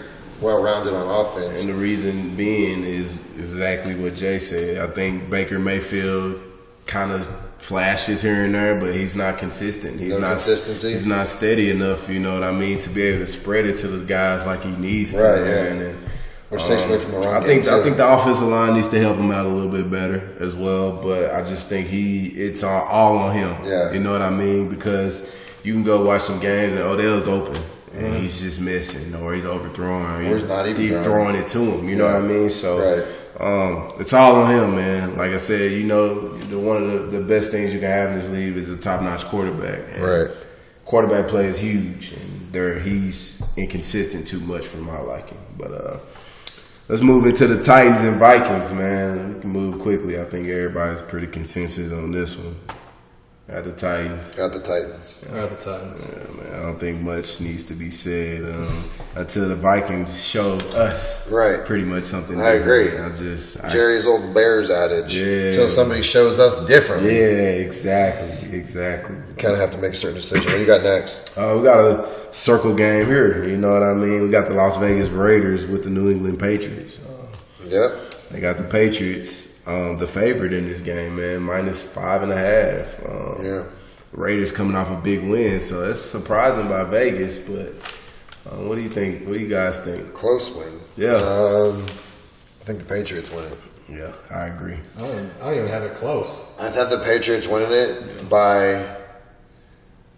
Speaker 2: well rounded on offense.
Speaker 1: And the reason being is exactly what Jay said. I think Baker Mayfield kind of flashes here and there, but he's not consistent. He's
Speaker 2: No
Speaker 1: not
Speaker 2: consistency?
Speaker 1: He's not steady enough. You know what I mean? To be able to spread it to the guys like he needs to.
Speaker 2: Right, yeah.
Speaker 1: man. And,
Speaker 2: Which takes away from the run
Speaker 1: um, I think
Speaker 2: game,
Speaker 1: I
Speaker 2: too.
Speaker 1: think the offensive line needs to help him out a little bit better as well. But I just think he it's all, all on him.
Speaker 2: Yeah.
Speaker 1: you know what I mean? Because you can go watch some games and Odell's open. And he's just missing, or he's overthrowing,
Speaker 2: Mm-hmm. Or he's not even
Speaker 1: deep
Speaker 2: throwing.
Speaker 1: throwing throwing it to him. You know what I mean? So
Speaker 2: Right.
Speaker 1: um, it's all on him, man. Like I said, you know, the, one of the, the best things you can have in this league is a top notch quarterback. And
Speaker 2: Right.
Speaker 1: Quarterback play is huge, and there he's inconsistent too much for my liking. But uh, let's move into the Titans and Vikings, man. We can move quickly. I think everybody's pretty consensus on this one. At the Titans.
Speaker 2: Got the Titans.
Speaker 3: All right, the Titans.
Speaker 1: Yeah, man, I don't think much needs to be said um, until the Vikings show us
Speaker 2: Right.
Speaker 1: pretty much something.
Speaker 2: I agree.
Speaker 1: different. I just I-
Speaker 2: Jerry's old Bears adage.
Speaker 1: Yeah.
Speaker 2: Until somebody shows us differently,
Speaker 1: yeah, exactly, exactly.
Speaker 2: you kind of have to make a certain decision. What you got next?
Speaker 1: Uh, we got a circle game here. You know what I mean? We got the Las Vegas Raiders with the New England Patriots. Uh,
Speaker 2: Yep.
Speaker 1: they got the Patriots, um, the favorite in this game, man, minus five and a half. Um,
Speaker 2: Yeah.
Speaker 1: Raiders coming off a big win, so that's surprising by Vegas. But um, what do you think? What do you guys think?
Speaker 2: Close win.
Speaker 1: Yeah.
Speaker 2: Um, I think the Patriots win it.
Speaker 1: Yeah, I agree.
Speaker 3: I don't, I don't even have it close.
Speaker 2: I have the Patriots winning it by.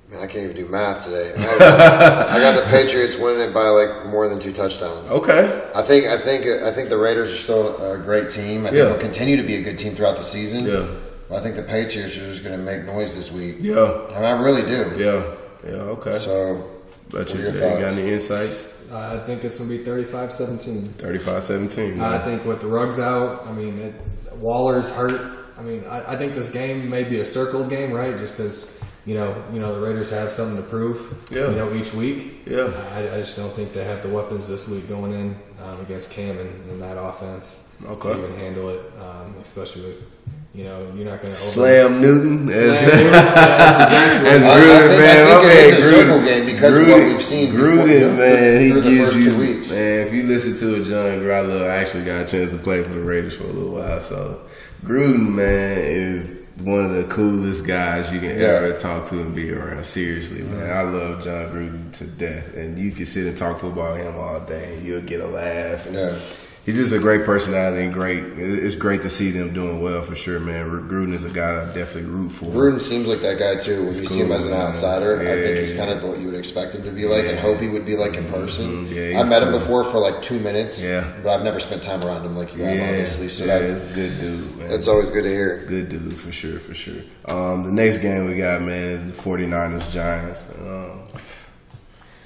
Speaker 2: Man, I can't even do math today. I got- I got the Patriots winning it by like more than two touchdowns.
Speaker 1: Okay.
Speaker 2: I think I think I think the Raiders are still a great team. I think
Speaker 1: Yeah.
Speaker 2: they'll continue to be a good team throughout the season.
Speaker 1: Yeah.
Speaker 2: But I think the Patriots are just going to make noise this week.
Speaker 1: Yeah.
Speaker 2: And I really do.
Speaker 1: Yeah. Yeah. Okay.
Speaker 2: So
Speaker 1: but
Speaker 2: what
Speaker 1: you,
Speaker 2: are your
Speaker 1: you got
Speaker 2: thoughts?
Speaker 1: any insights?
Speaker 3: I think it's going to be 35-17.
Speaker 1: 35-17.
Speaker 2: Uh,
Speaker 3: I think with the rugs out, I mean, it, Waller's hurt. I mean, I, I think this game may be a circled game, right? Just because you know, you know, the Raiders have something to prove.
Speaker 1: Yeah.
Speaker 3: You know, each week.
Speaker 1: Yeah.
Speaker 3: I, I just don't think they have the weapons this week going in um, against Cam and, and that offense
Speaker 1: Okay.
Speaker 3: to even handle it, um, especially with you know, you're not going to
Speaker 1: Slam Newton. As,
Speaker 3: Slam Newton. That's exactly what
Speaker 1: as
Speaker 2: I- I
Speaker 1: Gruden, man. my man,
Speaker 2: think- I think it is
Speaker 1: Gruden-
Speaker 2: a circle game because of what
Speaker 1: Gruden-
Speaker 2: we've seen before-
Speaker 1: Gruden,
Speaker 2: through-
Speaker 1: man, he
Speaker 2: through the
Speaker 1: gives
Speaker 2: first
Speaker 1: you
Speaker 2: two weeks.
Speaker 1: man. If you listen to a John Grotlo, I actually got a chance to play for the Raiders for a little while. So Gruden, man, is one of the coolest guys you can
Speaker 2: Yeah.
Speaker 1: ever talk to and be around. Seriously, man, I love John Gruden to death, and you can sit and talk football with him all day, and you'll get a laugh. And
Speaker 2: Yeah.
Speaker 1: He's just a great personality and great. it- It's great to see them doing well for sure, man. Gruden is a guy I definitely root for.
Speaker 2: Gruden seems like that guy too. When you see him
Speaker 1: cool,
Speaker 2: as an
Speaker 1: man.
Speaker 2: outsider, I think he's
Speaker 1: Yeah.
Speaker 2: kind of what you would expect him to be like, and hope he would be like in person.
Speaker 1: Mhm, yeah,
Speaker 2: I
Speaker 1: he's
Speaker 2: met him
Speaker 1: cool.
Speaker 2: before for like two minutes,
Speaker 1: Yeah.
Speaker 2: but I've never spent time around him like you have, obviously. So
Speaker 1: yeah,
Speaker 2: that's
Speaker 1: it's a good dude, man.
Speaker 2: that's always good to hear.
Speaker 1: good dude for sure, for sure. Um, the next game we got, man, is the 49ers Giants. Um,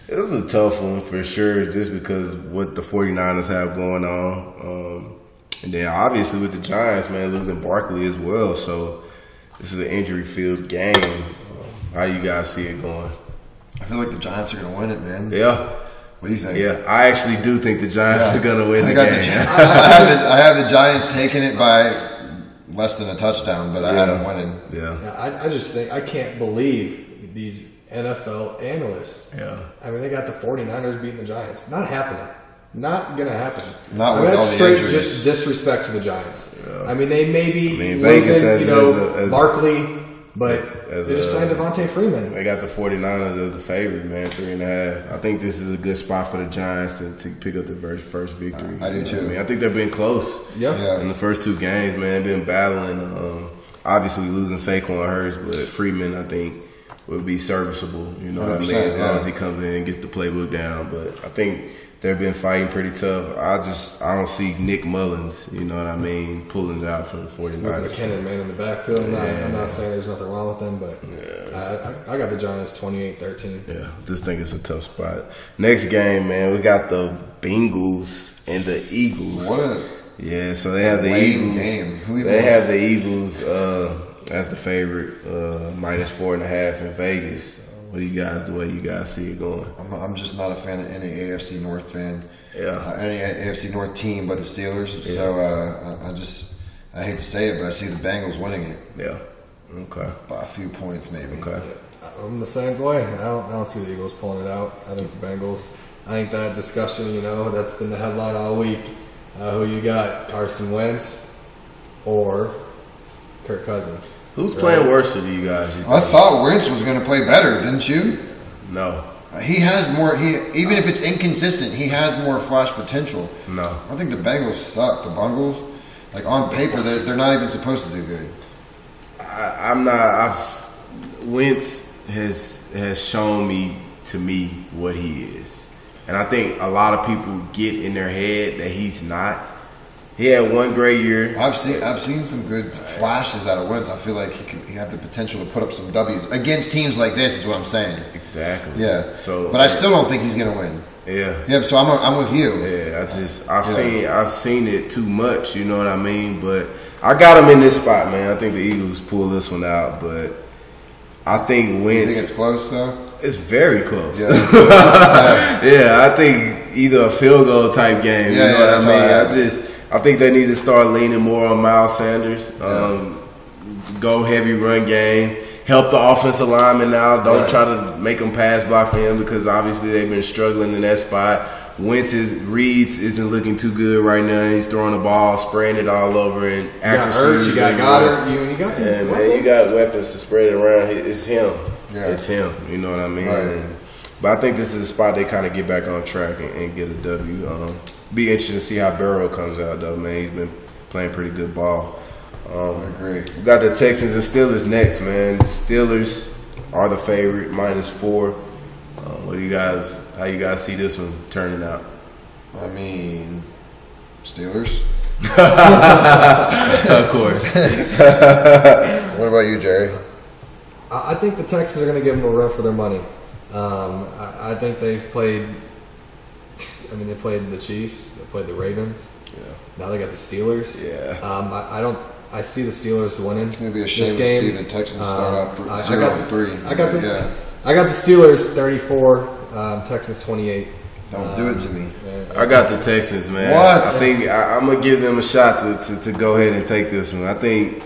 Speaker 1: it was a tough one for sure, just because what the 49ers have going on. Um, and then obviously with the Giants, man, losing Barkley as well. So this is an injury filled game. Um, how do you guys see it going?
Speaker 2: I feel like the Giants are going to win it, man.
Speaker 1: Yeah.
Speaker 2: What do you think?
Speaker 1: Yeah, I actually do think the Giants
Speaker 2: Yeah.
Speaker 1: are gonna win
Speaker 2: I
Speaker 1: the
Speaker 2: got the
Speaker 1: game.
Speaker 2: Gi- I have the, I have the Giants taking it by less than a touchdown, but I had them winning.
Speaker 1: yeah,
Speaker 3: I, I just think I can't believe these NFL analysts.
Speaker 1: yeah.
Speaker 3: I mean, they got the 49ers beating the Giants. Not happening. Not gonna happen.
Speaker 2: Not
Speaker 3: I mean,
Speaker 2: with
Speaker 3: that's
Speaker 2: all the
Speaker 3: straight
Speaker 2: injuries.
Speaker 3: just disrespect to the Giants. I mean, they may be
Speaker 1: mean, Vegas
Speaker 3: losing,
Speaker 1: has
Speaker 3: you
Speaker 1: it
Speaker 3: know,
Speaker 1: as a- as-
Speaker 3: Barkley, but
Speaker 1: as- as
Speaker 3: they just
Speaker 1: a-
Speaker 3: signed Devontae Freeman.
Speaker 1: They got the 49ers as the favorite, man, three and a half. I think this is a good spot for the Giants to, to pick up the first, first victory.
Speaker 2: I do
Speaker 1: You know
Speaker 2: too.
Speaker 1: what I, mean? I think they've been close.
Speaker 3: Yeah.
Speaker 2: Yeah.
Speaker 1: In the first two games, man, they've been battling. Um, obviously, losing Saquon hurts, but Freeman, I think, would be serviceable. You know what I mean?
Speaker 2: 100%,
Speaker 1: As long
Speaker 2: yeah.
Speaker 1: as he comes in and gets the playbook down. But I think they've been fighting pretty tough. I just I don't see Nick Mullins. You know what I mean? Pulling it out for the 49ers.
Speaker 3: McKinnon, man, in the backfield. I'm, not, I'm
Speaker 1: Yeah.
Speaker 3: not saying there's nothing wrong with them, but I, I, I got the Giants 28-13.
Speaker 1: Yeah, just think it's a tough spot. Next game, man, we got the Bengals and the Eagles.
Speaker 2: What a-
Speaker 1: yeah, so they have the
Speaker 2: lame
Speaker 1: Eagles.
Speaker 2: game. Who even
Speaker 1: they
Speaker 2: wants-
Speaker 1: have the Eagles uh, as the favorite, uh, minus four and a half in Vegas. What do you guys? The way you guys see it going?
Speaker 2: I'm, I'm just not a fan of any AFC North fan.
Speaker 1: Yeah.
Speaker 2: Uh, any AFC North team but the Steelers. So uh, I, I just, I hate to say it, but I see the Bengals winning it
Speaker 1: Yeah. Okay.
Speaker 2: by a few points maybe.
Speaker 1: Okay.
Speaker 3: I'm the same way. I don't, I don't see the Eagles pulling it out. I think the Bengals. I think that discussion, you know, that's been the headline all week. Uh, who you got, Carson Wentz or Kirk Cousins?
Speaker 1: Who's
Speaker 2: Uh,
Speaker 1: playing worse to you guys? You
Speaker 2: I
Speaker 1: think?
Speaker 2: thought Wentz was going to play better, didn't you?
Speaker 1: No.
Speaker 2: Uh, He has more. He even if it's inconsistent, he has more flash potential.
Speaker 1: No.
Speaker 2: I think the Bengals suck. The Bungles, like on paper, they're, they're not even supposed to do good.
Speaker 1: I, I'm not. I've Wentz has has shown me to me what he is, and I think a lot of people get in their head that he's not. He had one great year.
Speaker 2: I've seen I've seen some good flashes out of Wentz. I feel like he could he have the potential to put up some W's against teams like this. Is what I'm saying.
Speaker 1: Exactly.
Speaker 2: Yeah.
Speaker 1: So,
Speaker 2: but I still don't think he's gonna win.
Speaker 1: yeah.
Speaker 2: Yep. So I'm I'm with you.
Speaker 1: Yeah, I just I've seen I've seen it too much, you know what I mean? But I got him in this spot, man. I think the Eagles pull this one out, but I think
Speaker 2: You
Speaker 1: Wentz
Speaker 2: think it's close though?
Speaker 1: It's very close.
Speaker 2: Yeah.
Speaker 1: Yeah. I think either a field goal type game.
Speaker 2: Yeah,
Speaker 1: you know
Speaker 2: yeah,
Speaker 1: what I
Speaker 2: that's
Speaker 1: mean?
Speaker 2: all right.
Speaker 1: I just I think they need to start leaning more on Miles Sanders. Um, Go heavy run game. Help the offensive lineman now. Don't
Speaker 2: Right.
Speaker 1: try to make them pass block for him because obviously they've been struggling in that spot. Wentz's reads isn't looking too good right now. He's throwing the ball, spraying it all over, and
Speaker 3: You got Hurts, you got Goddard, you, you got these
Speaker 1: yeah,
Speaker 3: weapons.
Speaker 1: man, you got weapons to spread it around. He- It's him.
Speaker 2: Yeah.
Speaker 1: It's him. You know what I mean?
Speaker 2: Right.
Speaker 1: But I think this is a spot they kind of get back on track and, and get a W. Um, be interesting to see how Burrow comes out, though, man. He's been playing pretty good ball.
Speaker 2: I
Speaker 1: Um,
Speaker 2: agree.
Speaker 1: we got the Texans and Steelers next, man. Steelers are the favorite, minus four. Uh, what do you guys, how you guys see this one turning out?
Speaker 2: I mean, Steelers.
Speaker 1: of course.
Speaker 2: What about you, Jerry?
Speaker 3: I I think the Texans are going to give them a run for their money. Um, I, I think they've played. I mean, they played the Chiefs. They played the Ravens. Yeah. Now they got the Steelers.
Speaker 1: Yeah.
Speaker 3: Um, I, I don't. I see the Steelers winning. It's
Speaker 2: gonna be a shame to see the Texans start
Speaker 3: uh,
Speaker 2: out th- zero and three,
Speaker 3: I Um, got the.
Speaker 2: but yeah.
Speaker 3: I got the Steelers thirty-four. Um, Texans twenty-eight.
Speaker 2: Don't do it to me.
Speaker 1: I got the Texans, man.
Speaker 2: What?
Speaker 1: I think I, I'm gonna give them a shot to, to, to go ahead and take this one. I think,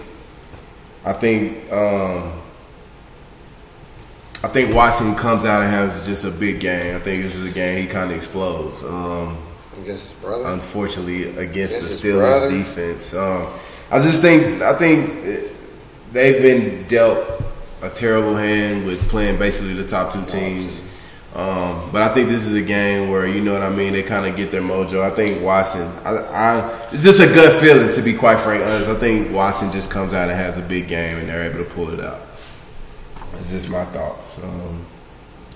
Speaker 1: I think, um, I think Watson comes out and has just a big game. I think this is a game he kind of explodes. Um,
Speaker 2: Against his brother.
Speaker 1: unfortunately against
Speaker 2: Against
Speaker 1: the
Speaker 2: his
Speaker 1: Steelers
Speaker 2: brother.
Speaker 1: defense. Um, I just think I think uh, they've been dealt a terrible hand with playing basically the top two teams. Um, but I think this is a game where you know what I mean. They kind of get their mojo. I think Watson. I, I it's just a gut feeling to be quite frank. Honest, I think Watson just comes out and has a big game, and they're able to pull it out. It's just my thoughts. Um,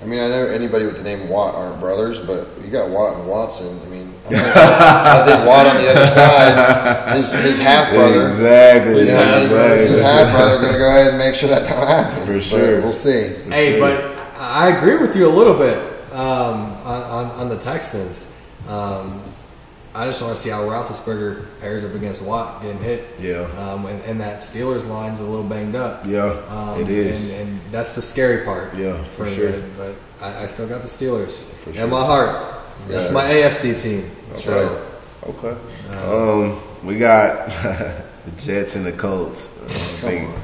Speaker 2: I mean, I know anybody with the name Watt aren't brothers, but you got Watt and Watson. I mean, I think, I think Watt on the other side, his, his half brother,
Speaker 1: exactly. exactly.
Speaker 2: his half brother, going to go ahead and make sure that don't happen.
Speaker 1: For
Speaker 2: But
Speaker 1: sure.
Speaker 2: we'll see.
Speaker 3: Hey, but I I agree with you a little bit um, on, on, on the Texans. Um, I just want to see how Roethlisberger pairs up against Watt getting hit.
Speaker 1: Yeah.
Speaker 3: Um, and, and that Steelers line's a little banged up.
Speaker 1: Yeah,
Speaker 3: Um,
Speaker 1: it is.
Speaker 3: And, and that's the scary part.
Speaker 1: Yeah, for
Speaker 3: me,
Speaker 1: sure.
Speaker 3: But I, I still got the Steelers
Speaker 1: For
Speaker 3: in
Speaker 1: sure.
Speaker 3: my heart. That's
Speaker 2: Yeah.
Speaker 3: my AFC team.
Speaker 2: That's
Speaker 3: So,
Speaker 2: right.
Speaker 1: Okay. Um, we got the Jets and the Colts. Um, I think,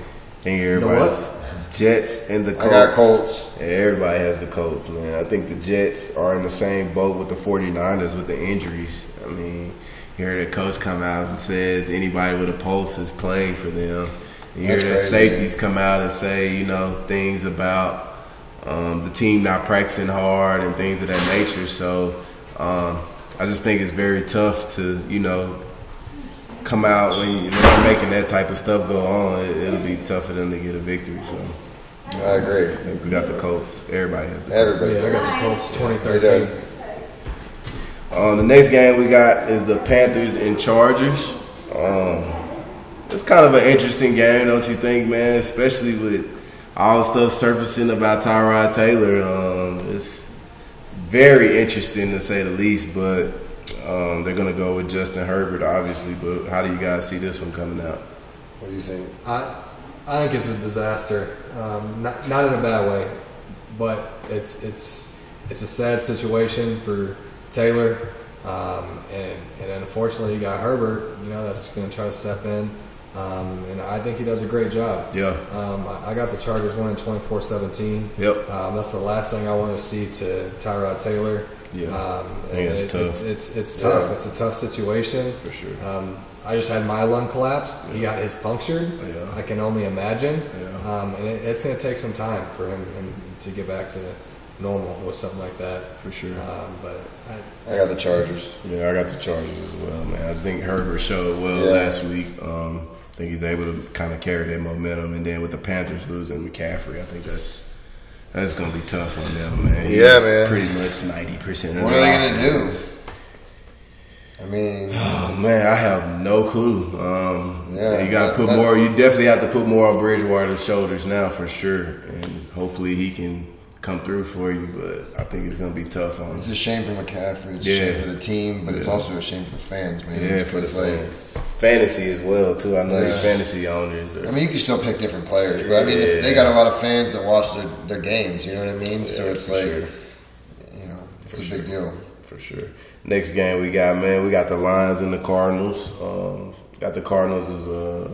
Speaker 1: think everybody's Jets and the Colts.
Speaker 2: I got Colts.
Speaker 1: Yeah, everybody has the Colts, man. I think the Jets are in the same boat with the 49ers with the injuries. I mean, you hear the coach come out and says anybody with a pulse is playing for them. You hear
Speaker 2: That's
Speaker 1: their
Speaker 2: crazy,
Speaker 1: safeties come out and say, you know, things about um, the team not practicing hard and things of that nature. So um, I just think it's very tough to, you know, come out when, you, when you're making that type of stuff go on. It, it'll be tough for them to get a victory. So
Speaker 2: I agree.
Speaker 1: I think we got the Colts. Everybody has the Colts.
Speaker 2: Everybody.
Speaker 3: Yeah, I got the Colts
Speaker 2: They
Speaker 3: 2013.
Speaker 2: done.
Speaker 1: Uh, the next game we got is the Panthers and Chargers. Um, it's kind of an interesting game, don't you think, man? Especially with all the stuff surfacing about Tyrod Taylor. Um, it's very interesting to say the least, but um, they're going to go with Justin Herbert, obviously. But how do you guys see this one coming out?
Speaker 2: What do you think?
Speaker 3: I, I think it's a disaster. Um, not, not in a bad way, but it's it's it's a sad situation for Taylor, um, and and unfortunately you got Herbert. You know that's going to try to step in, um, and I think he does a great job.
Speaker 1: Yeah.
Speaker 3: Um, I, I got the Chargers winning 24-17.
Speaker 1: Yep.
Speaker 3: Um, that's the last thing I want to see to Tyrod Taylor.
Speaker 1: Yeah.
Speaker 3: Um,
Speaker 1: I think it's
Speaker 3: it-
Speaker 1: tough.
Speaker 3: It's, it's, it's tough.
Speaker 2: Yeah.
Speaker 3: It's a tough situation.
Speaker 1: For sure.
Speaker 3: Um, I just had my lung collapse. He got his punctured.
Speaker 1: Yeah.
Speaker 3: I can only imagine.
Speaker 1: Yeah.
Speaker 3: Um, and it, it's going to take some time for him, him to get back to normal with something like that.
Speaker 1: For sure.
Speaker 3: Um, but I,
Speaker 2: I got the Chargers.
Speaker 1: Yeah, I got the Chargers as well, man. I think Herbert showed well
Speaker 2: Yeah.
Speaker 1: last week. Um, I think he's able to kind of carry that momentum, and then with the Panthers losing McCaffrey, I think that's that's gonna be tough on them, man. He
Speaker 2: Yeah,
Speaker 1: was
Speaker 2: man.
Speaker 1: Pretty much ninety percent.
Speaker 2: What are they gonna do? I mean,
Speaker 1: Oh man, I have no clue. Um,
Speaker 2: Yeah,
Speaker 1: you got to
Speaker 2: that-
Speaker 1: put
Speaker 2: that-
Speaker 1: more. You definitely have to put more on Bridgewater's shoulders now for sure, and hopefully he can come through for you. But I think it's gonna be tough on.
Speaker 2: it's a shame for McCaffrey. It's
Speaker 1: Yeah.
Speaker 2: a shame for the team, but it's
Speaker 1: Yeah.
Speaker 2: also a shame for the fans, man.
Speaker 1: Yeah, for the
Speaker 2: Because, like,
Speaker 1: fans. fantasy as well too. I know these
Speaker 2: Yeah.
Speaker 1: fantasy owners. Are,
Speaker 2: I mean, you can still pick different players, but I mean, if they
Speaker 1: Yeah.
Speaker 2: got a lot of fans that watch their, their games. You know what I mean? so
Speaker 1: Yeah,
Speaker 2: it's
Speaker 1: for
Speaker 2: like,
Speaker 1: sure.
Speaker 2: you know, it's a big deal.
Speaker 1: For sure. Next game we got, man, we got the Lions and the Cardinals. Um, got the Cardinals as a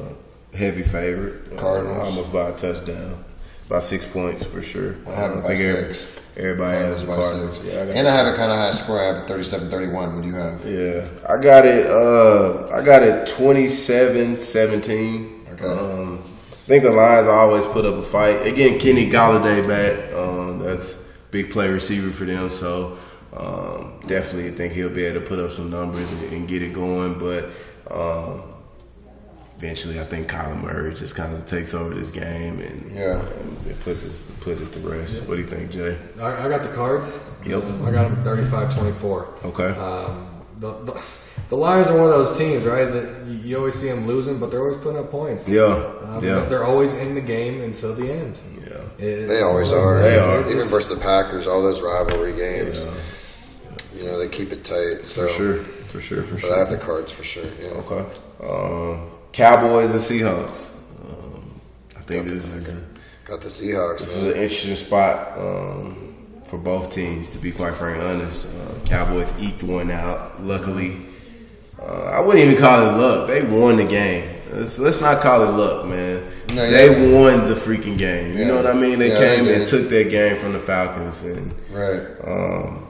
Speaker 1: heavy favorite.
Speaker 2: Cardinals.
Speaker 1: Uh, almost by a touchdown. By six points for sure.
Speaker 2: I have
Speaker 1: Uh,
Speaker 2: it by
Speaker 1: every-
Speaker 2: six.
Speaker 1: Everybody has the
Speaker 2: Cardinals by
Speaker 1: Cardinals.
Speaker 2: six.
Speaker 1: Yeah, I got
Speaker 2: and I have it kind of high score. I have it 37-31. What do you have?
Speaker 1: yeah, I got it. Uh, I got it 27-17.
Speaker 2: Okay.
Speaker 1: Um, I think the Lions always put up a fight. Again, Kenny Galladay back. Um, that's big play receiver for them. So um, definitely think he'll be able to put up some numbers and, and get it going. But um, eventually, I think Colin Murray just kind of takes over this game and,
Speaker 2: Yeah.
Speaker 1: and it puts us put it to rest. What do you think, Jay?
Speaker 3: I, I got the cards.
Speaker 1: Yep.
Speaker 3: Um, I got them 35 24.
Speaker 1: Okay.
Speaker 3: Um, the, the, the Lions are one of those teams, right? That you- you always see them losing, but they're always putting up points.
Speaker 1: yeah,
Speaker 2: Uh,
Speaker 3: Um,
Speaker 1: yeah,
Speaker 3: They're always in the game until the end.
Speaker 1: yeah.
Speaker 3: It-
Speaker 2: They
Speaker 3: it's
Speaker 2: always
Speaker 3: one of those
Speaker 2: are.
Speaker 1: They
Speaker 3: things.
Speaker 1: are.
Speaker 3: It's-
Speaker 2: Even versus the Packers, all those rivalry games. You know, they keep it tight. So.
Speaker 1: For sure, for sure, for
Speaker 2: But I
Speaker 1: sure.
Speaker 2: have the cards for sure. Yeah.
Speaker 1: Okay. Um, Cowboys and Seahawks. Um, I think this is
Speaker 2: Got the Seahawks.
Speaker 1: this
Speaker 2: man.
Speaker 1: is an interesting spot um, for both teams. To be quite frank, and honest, uh, Cowboys eked one out. Luckily, uh, I wouldn't even call it luck. They won the game. Let's, let's not call it luck, man.
Speaker 2: No,
Speaker 1: they
Speaker 2: yeah.
Speaker 1: won the freaking game. You
Speaker 2: Yeah.
Speaker 1: know what I mean? They
Speaker 2: Yeah,
Speaker 1: came
Speaker 2: they
Speaker 1: and
Speaker 2: did.
Speaker 1: took that game from the Falcons and.
Speaker 2: Right.
Speaker 1: Um,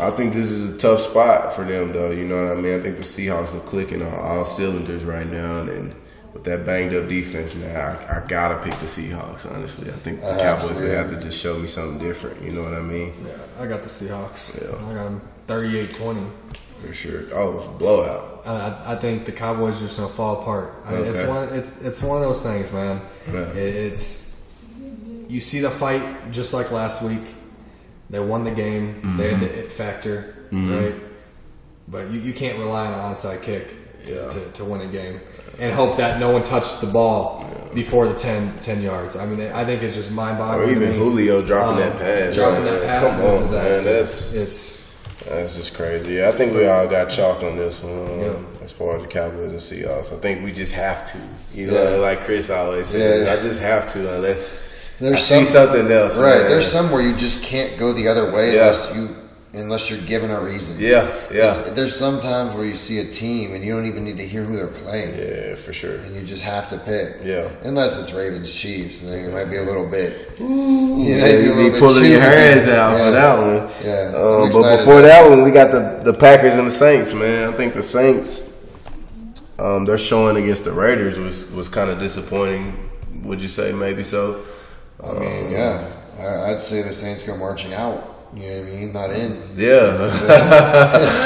Speaker 1: I think this is a tough spot for them, though. You know what I mean? I think the Seahawks are clicking on all cylinders right now, and with that banged up defense, man, I, I gotta pick the Seahawks. Honestly, I think the
Speaker 2: I have
Speaker 1: Cowboys
Speaker 2: to,
Speaker 1: would
Speaker 2: yeah.
Speaker 1: have to just show me something different. You know what I mean?
Speaker 3: Yeah, I got the Seahawks.
Speaker 1: Yeah.
Speaker 3: I got them 38 20.
Speaker 1: For sure. Oh, blowout.
Speaker 3: Uh, I I think the Cowboys are just gonna fall apart. I mean, It's
Speaker 1: Okay.
Speaker 3: one. It's it's one of those things, man.
Speaker 1: Yeah.
Speaker 3: It- It's you see the fight just like last week. They won the game. They
Speaker 1: Mm-hmm.
Speaker 3: had the it factor, right? But you, you can't rely on an onside kick to,
Speaker 1: Yeah.
Speaker 3: to, to win a game and hope that no one touched the ball before the 10, 10 yards. I mean, I think it's just mind
Speaker 1: Or
Speaker 3: boggling.
Speaker 1: even Julio dropping that pass.
Speaker 3: Um, Dropping that pass
Speaker 1: Come
Speaker 3: is a
Speaker 1: on,
Speaker 3: disaster.
Speaker 1: man. That's
Speaker 3: It's
Speaker 1: That's just crazy. Yeah, I think we all got chalk on this one.
Speaker 3: Yeah.
Speaker 1: As far as the Cowboys and Seahawks, I think we just have to. You
Speaker 2: Yeah.
Speaker 1: know, like Chris always says,
Speaker 2: Yeah.
Speaker 1: I just have to unless
Speaker 2: There's
Speaker 1: I see
Speaker 2: some-
Speaker 1: something else.
Speaker 2: Right.
Speaker 1: man.
Speaker 2: There's somewhere you just can't go the other way
Speaker 1: Yeah.
Speaker 2: unless you unless you're given a reason.
Speaker 1: Yeah, yeah.
Speaker 2: It's- there's some times where you see a team and you don't even need to hear who they're playing,
Speaker 1: Yeah, for sure.
Speaker 2: and you just have to pick.
Speaker 1: Yeah.
Speaker 2: Unless it's Ravens Chiefs, and then it might be a little bit.
Speaker 1: You
Speaker 2: might be a little
Speaker 1: be
Speaker 2: bit
Speaker 1: pulling your
Speaker 2: choosy.
Speaker 1: hands out
Speaker 2: Yeah.
Speaker 1: for that one.
Speaker 2: Yeah, I'm
Speaker 1: Um, but
Speaker 2: excited.
Speaker 1: before that one, we got the, the Packers and the Saints, man. I think the Saints, um, their showing against the Raiders was, was kind of disappointing. Would you say maybe so? Um,
Speaker 2: I mean, yeah, I, I'd say the Saints go marching out. You know what I mean? Not in.
Speaker 1: Yeah.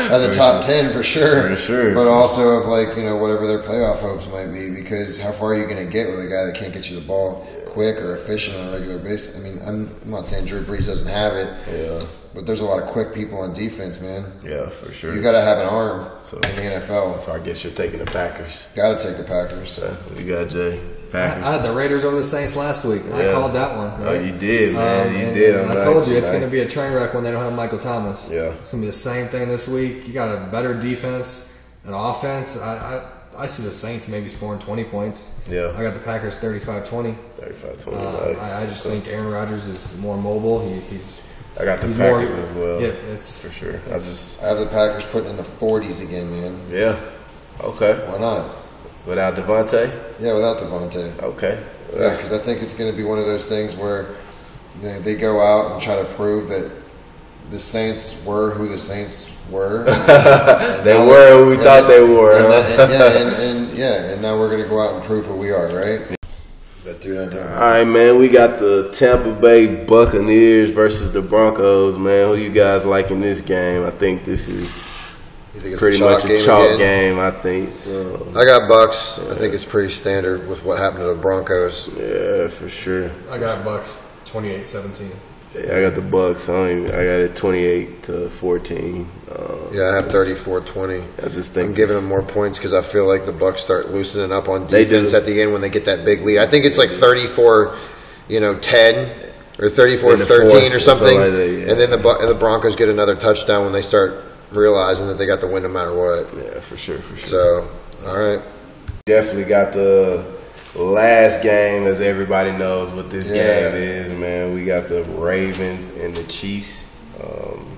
Speaker 2: At the top ten for sure.
Speaker 1: For sure.
Speaker 2: But also of like, you know, whatever their playoff hopes might be, because how far are you gonna get with a guy that can't get you the ball quick or efficient on a regular basis? I mean, I'm, I'm not saying Drew Brees doesn't have it.
Speaker 1: Yeah.
Speaker 2: But there's a lot of quick people on defense, man.
Speaker 1: yeah, for sure.
Speaker 2: You gotta have an arm
Speaker 1: So-
Speaker 2: in the NFL.
Speaker 1: so I guess you're taking the Packers.
Speaker 2: Gotta take the Packers.
Speaker 1: So we got Jay
Speaker 3: I,
Speaker 1: Packers.
Speaker 3: I had the Raiders over the Saints last week. and I
Speaker 1: Yeah.
Speaker 3: called that one.
Speaker 1: Oh, you did, man.
Speaker 3: Um,
Speaker 1: you
Speaker 3: and-
Speaker 1: did.
Speaker 3: and
Speaker 1: I'm
Speaker 3: I
Speaker 1: like-
Speaker 3: told you it's
Speaker 1: like-
Speaker 3: going to be a train wreck when they don't have Michael Thomas.
Speaker 1: Yeah.
Speaker 3: it's going to be the same thing this week. You got a better defense, an offense. I, I, I see the Saints maybe scoring twenty points.
Speaker 1: Yeah.
Speaker 3: I got the Packers 35-20.
Speaker 1: 35-20.
Speaker 3: Uh,
Speaker 1: like,
Speaker 3: I, I just think Aaron Rodgers is more mobile. He, he's
Speaker 1: I got the
Speaker 3: he's
Speaker 1: Packers as well.
Speaker 3: Yeah,
Speaker 1: for
Speaker 3: it's
Speaker 1: sure. I just
Speaker 2: I have the Packers putting in the forties again, man.
Speaker 1: yeah. Okay.
Speaker 2: Why not?
Speaker 1: Without Devontae,
Speaker 2: Yeah, without Devontae.
Speaker 1: okay.
Speaker 2: Yeah, because I think it's going to be one of those things where they, they go out and try to prove that the Saints were who the Saints were.
Speaker 1: They were who we
Speaker 2: And
Speaker 1: thought they
Speaker 2: then-
Speaker 1: were.
Speaker 2: and
Speaker 1: huh?
Speaker 2: then- and yeah, and, and yeah, and now we're going to go out and prove who we are, right? That dude I
Speaker 1: All
Speaker 2: know.
Speaker 1: right, man. We got the Tampa Bay Buccaneers versus the Broncos, man. Who do you guys like in this game? I think this is
Speaker 2: You think it's
Speaker 1: pretty
Speaker 2: chalk
Speaker 1: much a
Speaker 2: game
Speaker 1: chalk
Speaker 2: again?
Speaker 1: game. I think. Um,
Speaker 2: I got Bucks. I think it's pretty standard with what happened to the Broncos.
Speaker 1: yeah, for sure.
Speaker 3: I got Bucks 28-17.
Speaker 1: Yeah, I got the Bucks. I, don't even, I got it twenty-eight to fourteen. Um,
Speaker 2: Yeah, I have 34-20.
Speaker 1: I just think
Speaker 2: I'm giving
Speaker 1: it's-
Speaker 2: them more points because I feel like the Bucks start loosening up on
Speaker 1: They do.
Speaker 2: defense at the end when they get that big lead. I think it's like 34, you know, 10 or 34
Speaker 1: In the
Speaker 2: 13
Speaker 1: fourth
Speaker 2: or
Speaker 1: or
Speaker 2: something,
Speaker 1: something like that, yeah.
Speaker 2: and then the Bu- and the Broncos get another touchdown when they start realizing that they got the win no matter what.
Speaker 1: Yeah, for sure, for sure.
Speaker 2: So, all right,
Speaker 1: Definitely got the last game, as everybody knows what this
Speaker 2: Yeah.
Speaker 1: game is, man. We got the Ravens and the Chiefs. Um,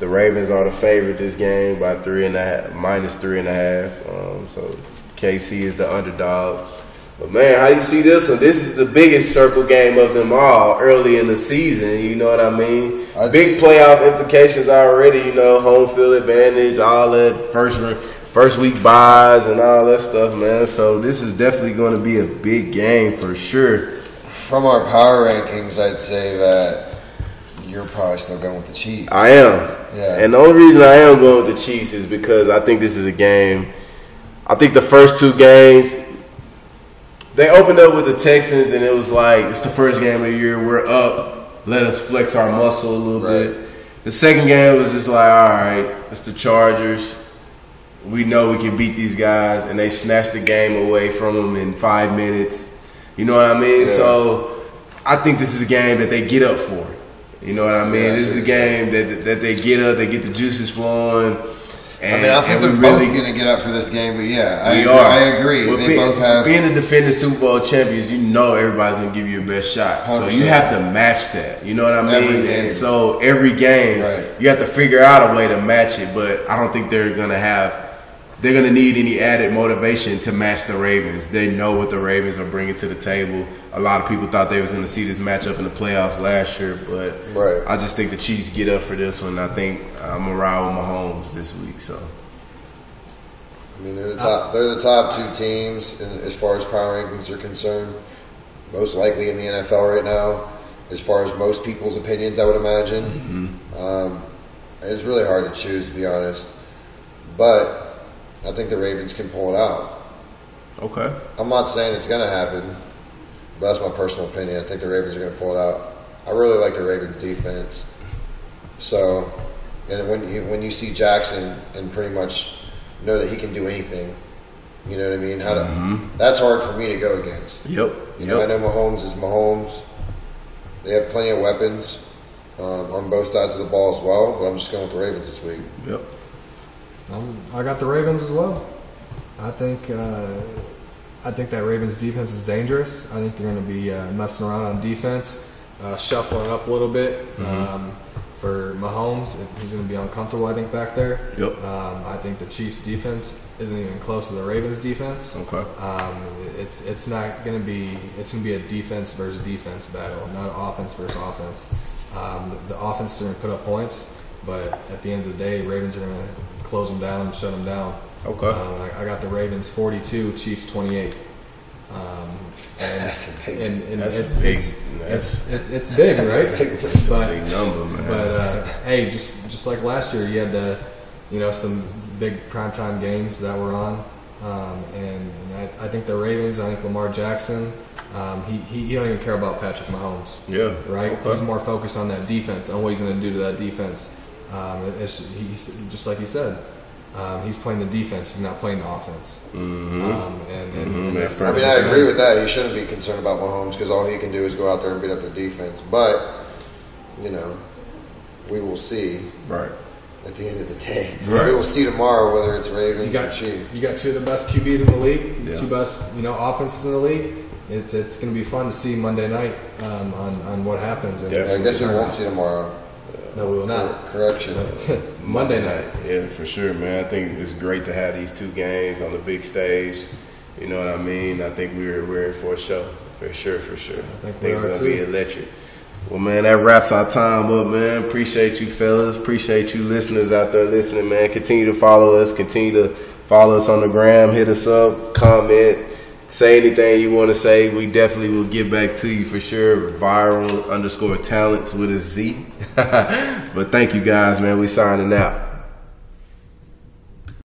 Speaker 1: the Ravens are the favorite this game by three and a half, minus three and a half. Um, so KC is the underdog. But man, how do you see this one? This is the biggest circle game of them all early in the season. You know what I mean?
Speaker 2: I'd
Speaker 1: Big playoff implications already. You know, home field advantage, all that first re- first week buys and all that stuff, man. So this is definitely going to be a big game for sure.
Speaker 2: from our power rankings, I'd say that you're probably still going with the Chiefs.
Speaker 1: I am.
Speaker 2: Yeah.
Speaker 1: And the only reason I am going with the Chiefs is because I think this is a game. I think the first two games, they opened up with the Texans, and it was like it's the first game of the year. We're up. Let us flex our muscle a little
Speaker 2: Right.
Speaker 1: bit. The second game was just like, all right, it's the Chargers. We know we can beat these guys, and they snatched the game away from them in five minutes. You know what I mean? So I think this is a game that they get up for. You know what I mean?
Speaker 2: Yeah, I
Speaker 1: this
Speaker 2: see
Speaker 1: is a
Speaker 2: what you're
Speaker 1: game that that they get up, they get the juices flowing. And,
Speaker 2: I mean, I think
Speaker 1: and
Speaker 2: they're
Speaker 1: we
Speaker 2: both going to get up for this game, but yeah, I,
Speaker 1: we
Speaker 2: agree-
Speaker 1: are.
Speaker 2: I agree.
Speaker 1: Well,
Speaker 2: they
Speaker 1: being,
Speaker 2: both have.
Speaker 1: being the defending Super Bowl champions. You know everybody's gonna give you your best shot, so you
Speaker 2: 100%.
Speaker 1: have to match that. You know what I
Speaker 2: Every
Speaker 1: mean?
Speaker 2: game.
Speaker 1: And so every game,
Speaker 2: Right.
Speaker 1: you have to figure out a way to match it. But I don't think they're gonna have. They're gonna need any added motivation to match the Ravens. They know what the Ravens are bringing to the table. A lot of people thought they was gonna see this matchup in the playoffs last year, but
Speaker 2: Right.
Speaker 1: I just think the Chiefs get up for this one. I think I'm gonna ride with Mahomes this week. So
Speaker 2: I mean, they're the top. They're the top two teams in, as far as power rankings are concerned. Most likely in the NFL right now, as far as most people's opinions, I would imagine. Um, it's really hard to choose, to be honest. But I think the Ravens can pull it out.
Speaker 1: okay,
Speaker 2: I'm not saying it's going to happen, but that's my personal opinion. I think the Ravens are going to pull it out. I really like the Ravens defense. So, and when you when you see Jackson and pretty much know that he can do anything, you know what I mean. How to, That's hard for me to go against.
Speaker 1: yep,
Speaker 2: You
Speaker 1: yep.
Speaker 2: know, I know Mahomes is Mahomes. They have plenty of weapons um, on both sides of the ball as well. But I'm just going with the Ravens this week.
Speaker 1: Yep.
Speaker 3: Um, I got the Ravens as well. I think uh, I think that Ravens defense is dangerous. I think they're going to be uh, messing around on defense, uh, shuffling up a little bit um, for for Mahomes, he's going to be uncomfortable, I think, back there.
Speaker 1: Yep.
Speaker 3: Um, I think the Chiefs' defense isn't even close to the Ravens' defense.
Speaker 1: Okay.
Speaker 3: Um, it's it's not going to be it's going to be a defense versus defense battle, not offense versus offense. Um, the offense is going to put up points, but at the end of the day, Ravens are going to close them down and shut them down.
Speaker 1: Okay.
Speaker 3: Um, I, I got the Ravens 42, Chiefs 28. Um, and
Speaker 2: That's a big-
Speaker 3: and, and
Speaker 1: that's a
Speaker 3: it's,
Speaker 1: big-
Speaker 3: it's,
Speaker 1: that's-
Speaker 3: it's, it, it's big, right?
Speaker 2: big- that's
Speaker 3: but,
Speaker 1: Big number, man.
Speaker 3: but uh, hey, just just like last year, you had the you know some big primetime games that were on, um, and, and I, I think the Ravens. I think Lamar Jackson. Um, he, he he don't even care about Patrick Mahomes,
Speaker 1: yeah.
Speaker 3: right?
Speaker 1: Okay.
Speaker 3: He's more focused on that defense on what he's going to do to that defense. Um, it- it's, he's just like he said. Um, he's playing the defense. He's not playing the offense.
Speaker 1: Mm-hmm.
Speaker 3: Um, and, and,
Speaker 1: Mhm,
Speaker 3: and
Speaker 1: makes
Speaker 3: that's
Speaker 2: I mean, I
Speaker 1: sense.
Speaker 2: agree with that. You shouldn't be concerned about Mahomes because all he can do is go out there and beat up the defense. But you know, we will see
Speaker 1: Right.
Speaker 2: at the end of the day.
Speaker 1: Right.
Speaker 2: We will see tomorrow whether it's Ravens
Speaker 3: You
Speaker 2: or
Speaker 3: got
Speaker 2: Chiefs.
Speaker 3: you got two of the best QBs in the league,
Speaker 1: Yeah.
Speaker 3: two best you know offenses in the league. It's it's going to be fun to see Monday night um, on on what happens. And
Speaker 1: Yeah.
Speaker 2: I guess we won't see tomorrow.
Speaker 3: No, we will not.
Speaker 2: Correction.
Speaker 3: Monday night.
Speaker 1: Yeah, for sure, man. I think it's great to have these two games on the big stage. You know what I mean? I think we're we're in for a show, for sure, for sure. I
Speaker 3: think we
Speaker 1: it's
Speaker 3: are,
Speaker 1: gonna
Speaker 3: too.
Speaker 1: be electric. Well, man, that wraps our time up, man. Appreciate you, fellas. Appreciate you, listeners out there listening, man. Continue to follow us. Continue to follow us on the gram. Hit us up. Comment. Say anything you want to say. We definitely will get back to you for sure. Viral underscore talents with a Z. but thank you, guys, man. We signing out.